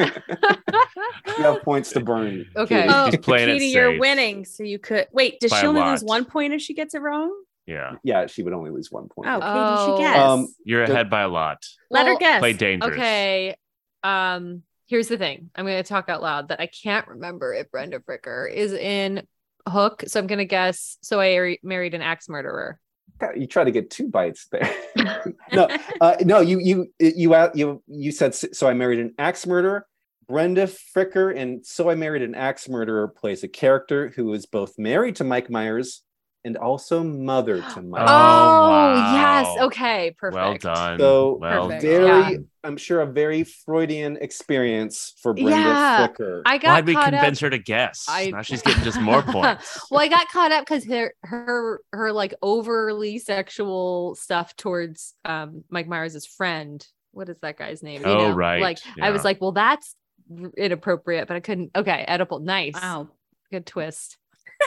D: you have-
A: guess.
D: [LAUGHS]
A: [LAUGHS]
D: You have points to burn.
A: Okay.
D: Katie.
C: Oh,
B: Just playing it
C: Katie, you're
B: safe.
C: winning, so you could wait. Does
B: By
C: she
B: a
C: only
B: lot.
C: lose one point if she gets it wrong?
B: Yeah.
D: Yeah, she would only lose one point.
C: Oh, Katie,
A: Oh.
C: she guess.
D: Um,
B: You're
D: The-
B: ahead by a lot.
C: Let her
A: Well,
C: guess. [LAUGHS]
B: Play dangerous.
A: Okay. Um, here's the thing. I'm gonna talk out loud that I can't remember if Brenda Fricker is in Hook, so I'm gonna guess. So I ar- married an axe murderer.
D: God, You try to get two bites
A: [LAUGHS]
D: there. [LAUGHS] no, uh, no, you you you out you you said so. I married an axe murderer. Brenda Fricker and So I Married an Axe Murderer plays a character who is both married to Mike Myers and also mother
A: [GASPS]
D: to
A: Oh,
D: mother.
B: wow.
A: yes. Okay. Perfect.
B: Well done.
D: So,
B: well
A: Perfect.
B: done.
D: Very,
A: Yeah.
D: I'm sure, a very Freudian experience for Brenda
A: Yeah.
D: Flicker.
A: I got
B: Why'd we
A: caught up.
B: convince her to guess?
A: I-
B: now she's getting
A: [LAUGHS]
B: just more points.
A: well, I got caught up because her her her like overly sexual stuff towards um Mike Myers' friend. What is that guy's name?
B: Oh, right.
A: Like I was
B: Yeah.
A: like, well, that's r- inappropriate, but I couldn't. Okay, edible. Nice.
C: Wow.
A: Good twist.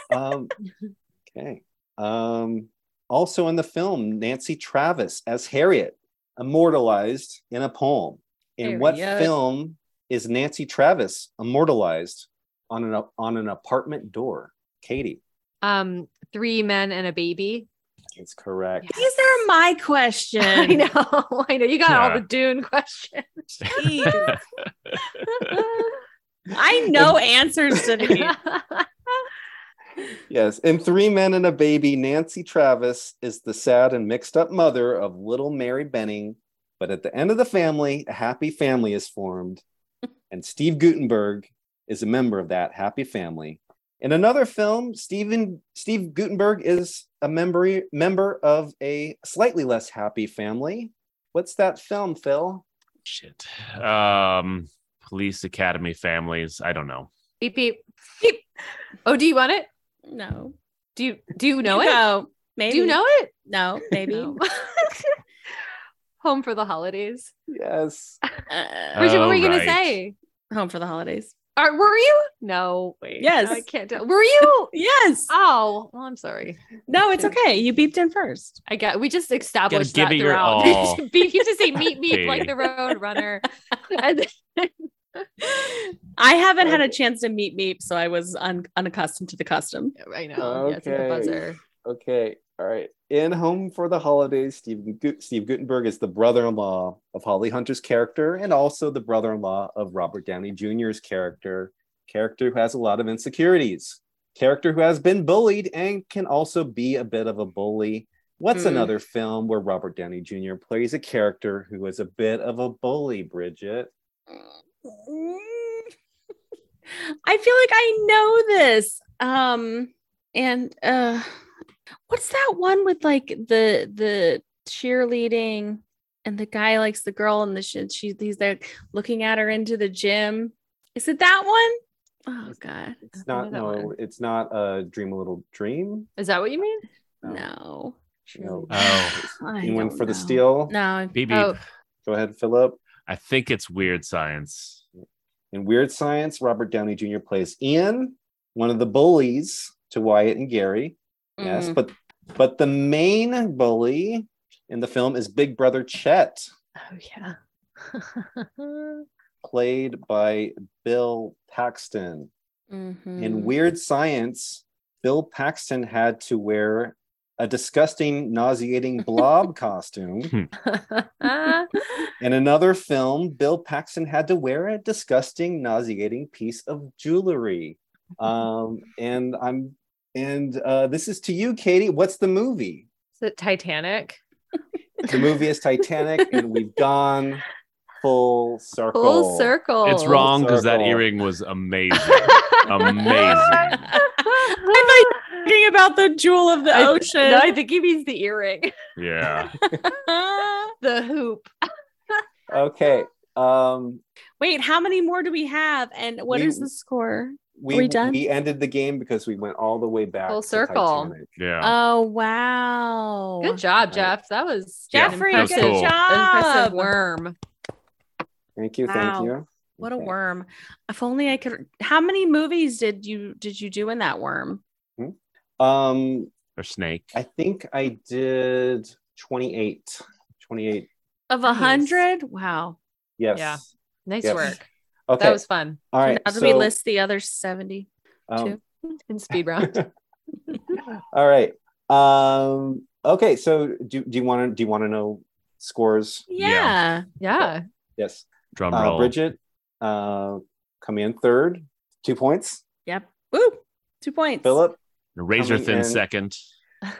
A: [LAUGHS]
B: [LAUGHS]
D: um, okay. Um, also in the film, Nancy Travis as Harriet, immortalized in a poem. In what
C: Harriet.
D: film is Nancy Travis immortalized on an on an apartment door? Katie,
A: Um, three men and a baby.
D: it's correct.
C: These are my questions.
A: [LAUGHS] I know. I know. You got all
B: Yeah.
A: the Dune [LAUGHS] questions.
B: [LAUGHS]
C: Jeez. I know answers
A: [LAUGHS]
C: to these.
D: Yes, in Three Men and a Baby, Nancy Travis is the sad and mixed up mother of little Mary Benning. But at the end of the family, a happy family is formed, and Steve Gutenberg is a member of that happy family. In another film, Steven, Steve Gutenberg is a member, member of a slightly less happy family. What's that film, Phil?
B: Shit. Um, police academy families. I don't know.
A: beep beep beep. Oh, do you want it?
C: No.
A: Do you do you know it?
C: No. Maybe.
A: Do you know it?
C: No, maybe.
A: No. [LAUGHS] Home for the holidays.
D: Yes.
C: Uh,
A: Bridget, what were you
B: Oh, right.
A: gonna say?
C: home for the holidays.
A: Are were you? No, wait.
C: Yes.
A: I can't tell. Were you?
C: Yes.
A: [LAUGHS] Oh, well, I'm sorry.
C: Ah, No, it's okay. You beeped in first.
A: I got we just established
B: give
A: that
B: it your
A: throughout. [LAUGHS]
B: all.
A: Beep, you just say meet me
B: [LAUGHS]
A: like the road [LAUGHS] runner. And then-
C: I haven't had a chance to meet Meep, so I was un- unaccustomed to the custom.
A: I know. Yes, Oh, it's a
D: Okay.
A: buzzer.
D: Okay. All right. In Home for the Holidays, Steve, Gu- Steve Gutenberg is the brother in law of Holly Hunter's character and also the brother in law of Robert Downey Jr.'s character, character who has a lot of insecurities, character who has been bullied and can also be a bit of a bully. What's
C: Hmm.
D: another film where Robert Downey Jr. plays a character who is a bit of a bully, Bridget?
C: Mm. [LAUGHS] I feel like I know this. Um, and uh, what's that one with like the the cheerleading and the guy likes the girl and the shit? She he's like looking at her into the gym. Is it that one? Oh god,
D: It's
A: I know
D: not,
A: that
D: no,
A: one.
D: it's not uh, Dream a Little Dream.
A: Is that what you mean?
C: no.
D: No.
A: [LAUGHS]
B: Oh,
C: I
D: Anyone
C: don't
D: for the
C: know.
D: steal?
C: No,
B: beep, beep.
A: Oh,
D: Go ahead, Philip.
B: I think it's weird science.
D: In Weird Science, Robert Downey Jr. plays Ian, one of the bullies to Wyatt and Gary. Yes,
C: Mm.
D: but but the main bully in the film is Big Brother Chet,
A: oh yeah.
D: played by Bill Paxton. In
C: Mhm.
D: Weird Science, Bill Paxton had to wear a disgusting, nauseating blob costume.
A: Uh,
D: In another film, Bill Paxton had to wear a disgusting, nauseating piece of
A: [LAUGHS]
D: jewelry. Um, and I'm and uh, this is to you, Katie. What's the movie?
A: Is it Titanic?
D: The movie is Titanic,
A: [LAUGHS]
D: and we've gone full circle.
A: Full Oh, circle. [LAUGHS]
B: It's wrong because that
D: Circle.
B: earring was amazing. amazing.
A: I
C: Talking about the jewel of the
A: I-
C: ocean.
A: No, I think he means the earring, [LAUGHS] Uh,
B: Yeah.
A: the hoop.
D: Okay. Um,
C: [LAUGHS] Wait, how many more do we have? And what is
D: We-
C: the score?
D: we
C: Are we done?
D: we ended the game because we went all the way back
A: Full
D: to
A: circle.
D: Titanic.
B: Yeah.
C: Oh wow.
A: Good job,
D: Right.
A: Jeff. That was
B: Yeah,
C: Oh, Jeffrey,
B: that was
C: good
B: cool.
A: impressive
C: job.
A: worm.
D: Thank you.
C: Wow.
D: Thank you.
C: What a
D: Okay.
C: worm. If only I could how many movies did you did you do in that worm?
D: Um,
B: Or snake.
D: I think I did 28. 28.
C: Of a
A: Nice.
C: hundred? Wow.
D: Yes.
A: Yeah. Nice
D: Yes.
A: work.
D: Okay.
A: That was fun.
D: All right.
C: Now do
D: so,
C: we list the other 70?
D: um,
C: too?
A: In speed
D: [LAUGHS]
A: round.
D: All right. Um, okay. So do, do you want to do you want to know scores?
C: Yeah.
B: Yeah.
A: Yeah.
D: Yes.
B: Drum
D: Uh,
B: roll.
D: Bridget, uh, come in third, two points.
C: Yep. Woo. Two points.
D: Philip,
B: Razor
D: coming
B: thin
D: in.
B: second.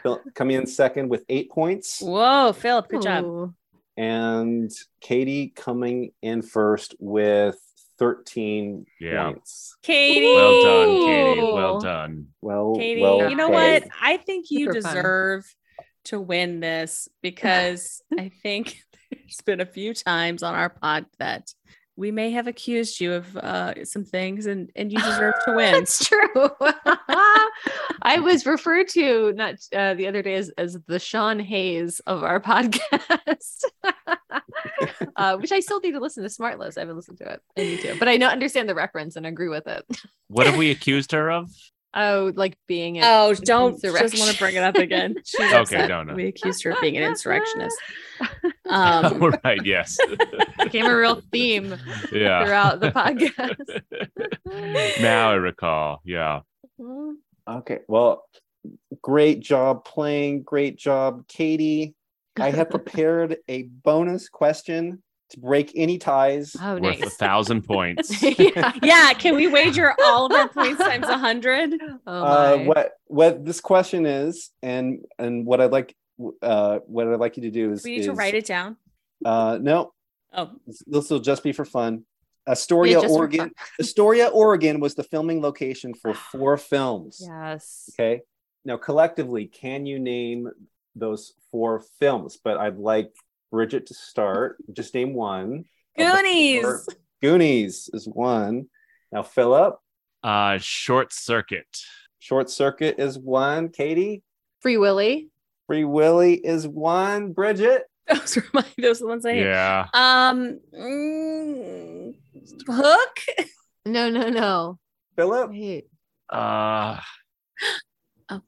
D: Phil, coming in second with eight points,
C: Whoa, Philip, good job.
A: Ooh.
D: and Katie coming in first with 13
B: Yeah.
D: points.
C: Katie.
B: Well done, Katie. Well done.
D: Well,
C: Katie,
D: Oh, well
C: you know
D: played.
C: what? I think you
A: Super fun.
C: deserve to win this because I think it's been a few times on our pod that we may have accused you of uh, some things and, and you deserve [LAUGHS] to win.
A: That's true. I was referred to not uh, the other day as, as the Sean Hayes of our [LAUGHS] podcast, uh, which I still need to listen to Smart List. I haven't listened to it. I need to, but I know understand the reference and agree with it.
B: What have we accused her
A: [LAUGHS]
B: of?
A: [LAUGHS] Oh, like being a
C: Oh, don't she doesn't
A: Insurrection.
C: want to bring it up again. She's
B: Okay,
C: upset.
B: no, no.
C: We accused her of being
A: [LAUGHS]
C: an [LAUGHS] insurrectionist.
D: [LAUGHS]
B: [LAUGHS]
C: Um,
B: right. Yes.
A: became a real theme
B: yeah.
A: throughout the podcast.
B: Now I recall. Yeah.
A: Mhm.
D: Okay. Well, great job playing. Great job, Katie. I
A: [LAUGHS]
D: have prepared a bonus question to break any ties.
A: oh,
B: Worth a
A: nice. [LAUGHS]
B: thousand points. [LAUGHS]
A: yeah.
C: yeah, can we wager all of our points times a
D: [LAUGHS]
C: hundred?
A: Oh,
D: uh,
A: my.
D: what what this question is, and and what I'd like uh, what I'd like you to do is
C: We need to write it down.
D: Uh, no,
C: Oh, [LAUGHS]
D: this will just be for fun. Astoria,
A: Yeah, just for
D: Oregon.
A: fun. [LAUGHS]
D: Astoria, Oregon was the filming
A: [SIGHS]
D: location for four films.
A: Yes.
D: Okay. Now, collectively, can you name those four films? But I'd like Bridget to start. Just name one. of the
C: Goonies.
D: four- Goonies is one. Now, Philip,
B: Uh, short circuit.
D: Short Circuit is one. Katie,
A: Free Willy.
D: Free Willy is one. Bridget,
C: those were my those are the ones I hate.
B: Yeah.
C: Um, mm, Hook.
A: No, no, no.
D: Philip,
A: Wait.
B: Uh,
D: the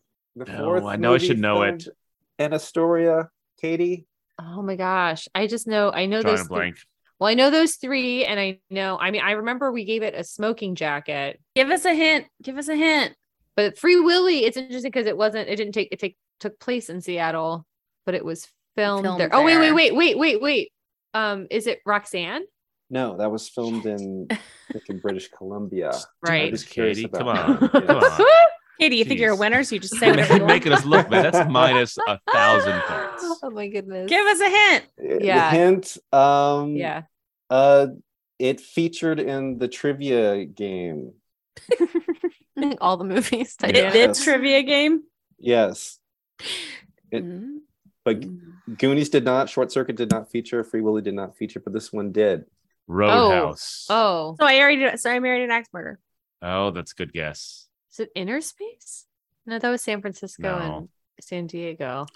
B: No,
D: fourth.
B: I know I
D: movie
B: should know
D: filmed
B: it.
D: in Astoria, Katie.
A: Oh my gosh. I just know I know
B: drawing
A: those
B: a
A: three-
B: blank.
A: Well, I know those three, and I know. I mean, I remember we gave it a smoking jacket,
C: Give us a hint. Give us a hint.
A: but Free Willy. It's interesting because it wasn't. It didn't take. It take, took place in Seattle, but it was filmed,
C: Filmed
A: there. Oh wait,
C: there.
A: wait, wait, wait, wait, wait. Um, is it Roxanne?
D: No, that was
A: [LAUGHS]
D: filmed in, I think in British Columbia. I
A: Right.
D: was curious
B: Katie,
D: about
B: come
A: [LAUGHS]
D: that. [LAUGHS]
B: on. Come on.
C: Katie, you think you're a
B: Jeez.
C: winner, so you just say whatever you
B: You're
C: want.
B: making us look bad.
A: [LAUGHS]
B: That's minus a thousand points.
A: Oh my goodness.
C: Give us a hint.
A: Yeah.
D: The hint. Um,
A: yeah.
D: Uh, it featured in the trivia game.
A: [LAUGHS] All the movies.
B: Yeah.
C: It
A: Titanic.
C: did
D: Yes.
C: trivia game.
D: Yes, It-
C: Mm.
D: but Goonies did not. Short Circuit did not feature. Free Willy did not feature, but this one did.
B: Roadhouse. Oh,
A: Oh,
C: So I already. So I married an axe murder.
B: that's a good guess.
A: is it Inner Space? No, that was San Francisco
B: No.
A: and San Diego.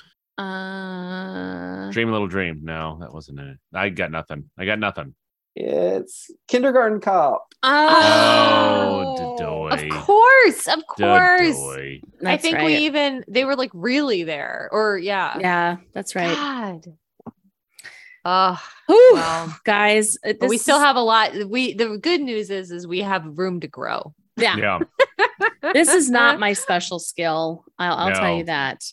C: Uh,
B: Dream a little dream. No, that wasn't it. I got nothing. I got nothing.
D: It's Kindergarten Cop.
B: Oh,
A: Of
B: Dedoy.
A: course, of course.
B: Dedoy.
A: I
C: That's
A: think we
C: right.
A: even they were like really there, or yeah,
C: Yeah, that's [GASPS] right.
A: God. Oh,
C: Whew,
A: Wow.
C: guys, uh,
A: but we
C: this
A: still
C: is-
A: have a lot. We the good news is is we have room to grow.
C: Yeah,
B: Yeah.
C: this is [LAUGHS] not my special skill. I'll, I'll tell
B: No.
C: you that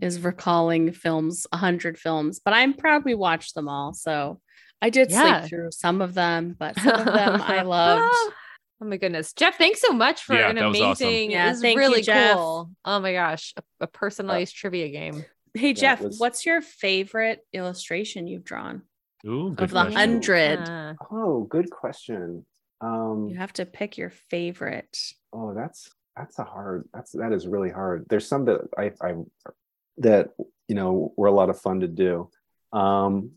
C: is recalling films, a hundred films, but I'm proud we watched them all. So I did
A: Yeah.
C: sleep through some of them, [LAUGHS] but
A: [LAUGHS]
C: some of them I loved.
A: Oh my goodness, Jeff! Thanks so much for
B: Yeah,
A: an
B: that was awesome.
A: amazing.
C: Yeah,
A: this is
C: thank you,
A: really
C: Jeff.
A: cool. Oh my gosh, a, a personalized trivia game.
C: [LAUGHS] Hey
D: it
C: Jeff,
D: was-
C: what's your favorite illustration you've drawn
B: Ooh, good
C: of the
B: question.
D: hun-
C: hundred?
A: Ah.
D: Oh, good question. Um,
C: You have to pick your favorite.
D: oh, that's that's a hard. That's that is really hard. There's some that I, I that you know were a lot of fun to do. Um,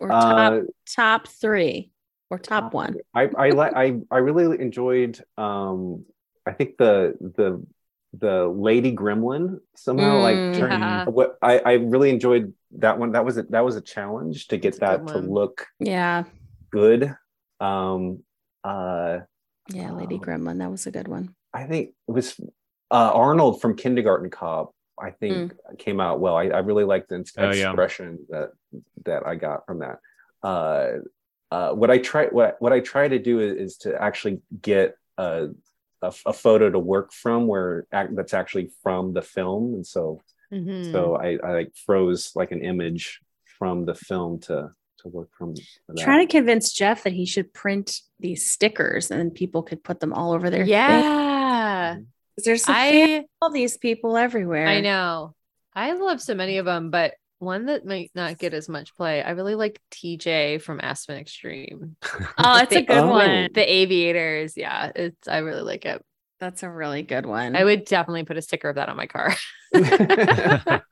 C: Or top
D: uh,
C: top three or top,
D: Top
C: one.
D: I I like I I really enjoyed um I think the the the Lady Gremlin somehow like
C: Mm,
D: turned
A: yeah.
D: what I I really enjoyed that one that was a, that was a challenge to
A: That's
D: get
A: a
D: that
A: good
D: to
A: one.
D: look
C: Yeah.
D: good um uh
C: Yeah, Lady
D: Um,
C: Gremlin. That was a good one.
D: I think it was uh Arnold from Kindergarten Cop I think came out well I, I really liked the ins-
B: Oh, yeah.
D: expression that that I got from that uh uh, what I try what what I try to do is, is to actually get a, a a photo to work from where ac- that's actually from the film, and so
A: Mhm.
D: so I, I like froze like an image from the film to to work from. for that.
C: Trying to convince Jeff that he should print these stickers and then people could put them all over their thing.
A: yeah,
C: 'Cause There's a fan-
A: I
C: all these people everywhere.
A: I know. I love so many of them, but one that might not get as much play. I really like TJ from Aspen
C: [LAUGHS]
A: Extreme.
C: Oh, it's a good
D: Oh.
C: one.
A: The Aviators, yeah, it's I really like it.
C: That's a really good one.
A: I would definitely put a sticker of that on my
C: [LAUGHS]
A: car. [LAUGHS]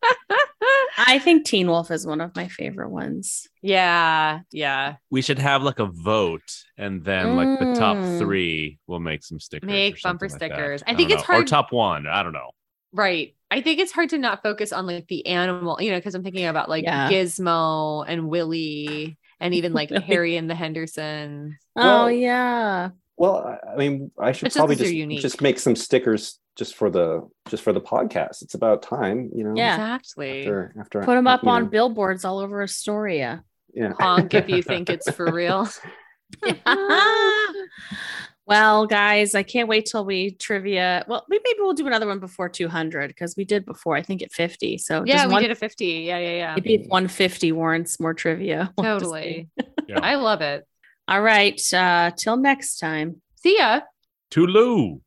C: I think Teen Wolf is one of my favorite ones.
A: yeah, yeah.
B: [LAUGHS] we should have like a vote, and then like the top
C: Mm.
B: three will make some stickers. or
A: Make bumper
B: something like that.
A: stickers. I
B: don't
A: think it's
B: know.
A: hard-
B: Or top one. I don't know.
A: Right. I think it's hard to not focus on like the animal, you know, because I'm thinking about like
C: Yeah.
A: Gizmo and Willy and even
C: [LAUGHS]
A: like
C: Willy.
A: Harry and the Hendersons.
C: oh
D: Well-
C: yeah.
D: well, I- I mean, I should
A: It's just
D: probably
A: these are
D: just
A: unique.
D: just make some stickers just for the just for the podcast. It's about time, you know.
C: Yeah.
A: Exactly.
D: After, after
C: Put them up
D: you
C: on
D: know,
C: billboards all over Astoria. [LAUGHS]
D: yeah.
A: Honk if
D: [LAUGHS]
A: you think it's for real. [LAUGHS]
C: well, guys, I can't wait till we trivia. Well, we maybe we'll do another one before 200 because we did before, I think at 50. So
A: yeah,
C: does
A: we
C: one,
A: did a 50. Yeah, yeah, yeah.
C: maybe if 150 warrants more trivia. [LAUGHS] We'll have to see.
A: Totally.
B: Yeah.
A: I love it.
C: All right. Uh, till next time.
A: See ya.
B: Tulu.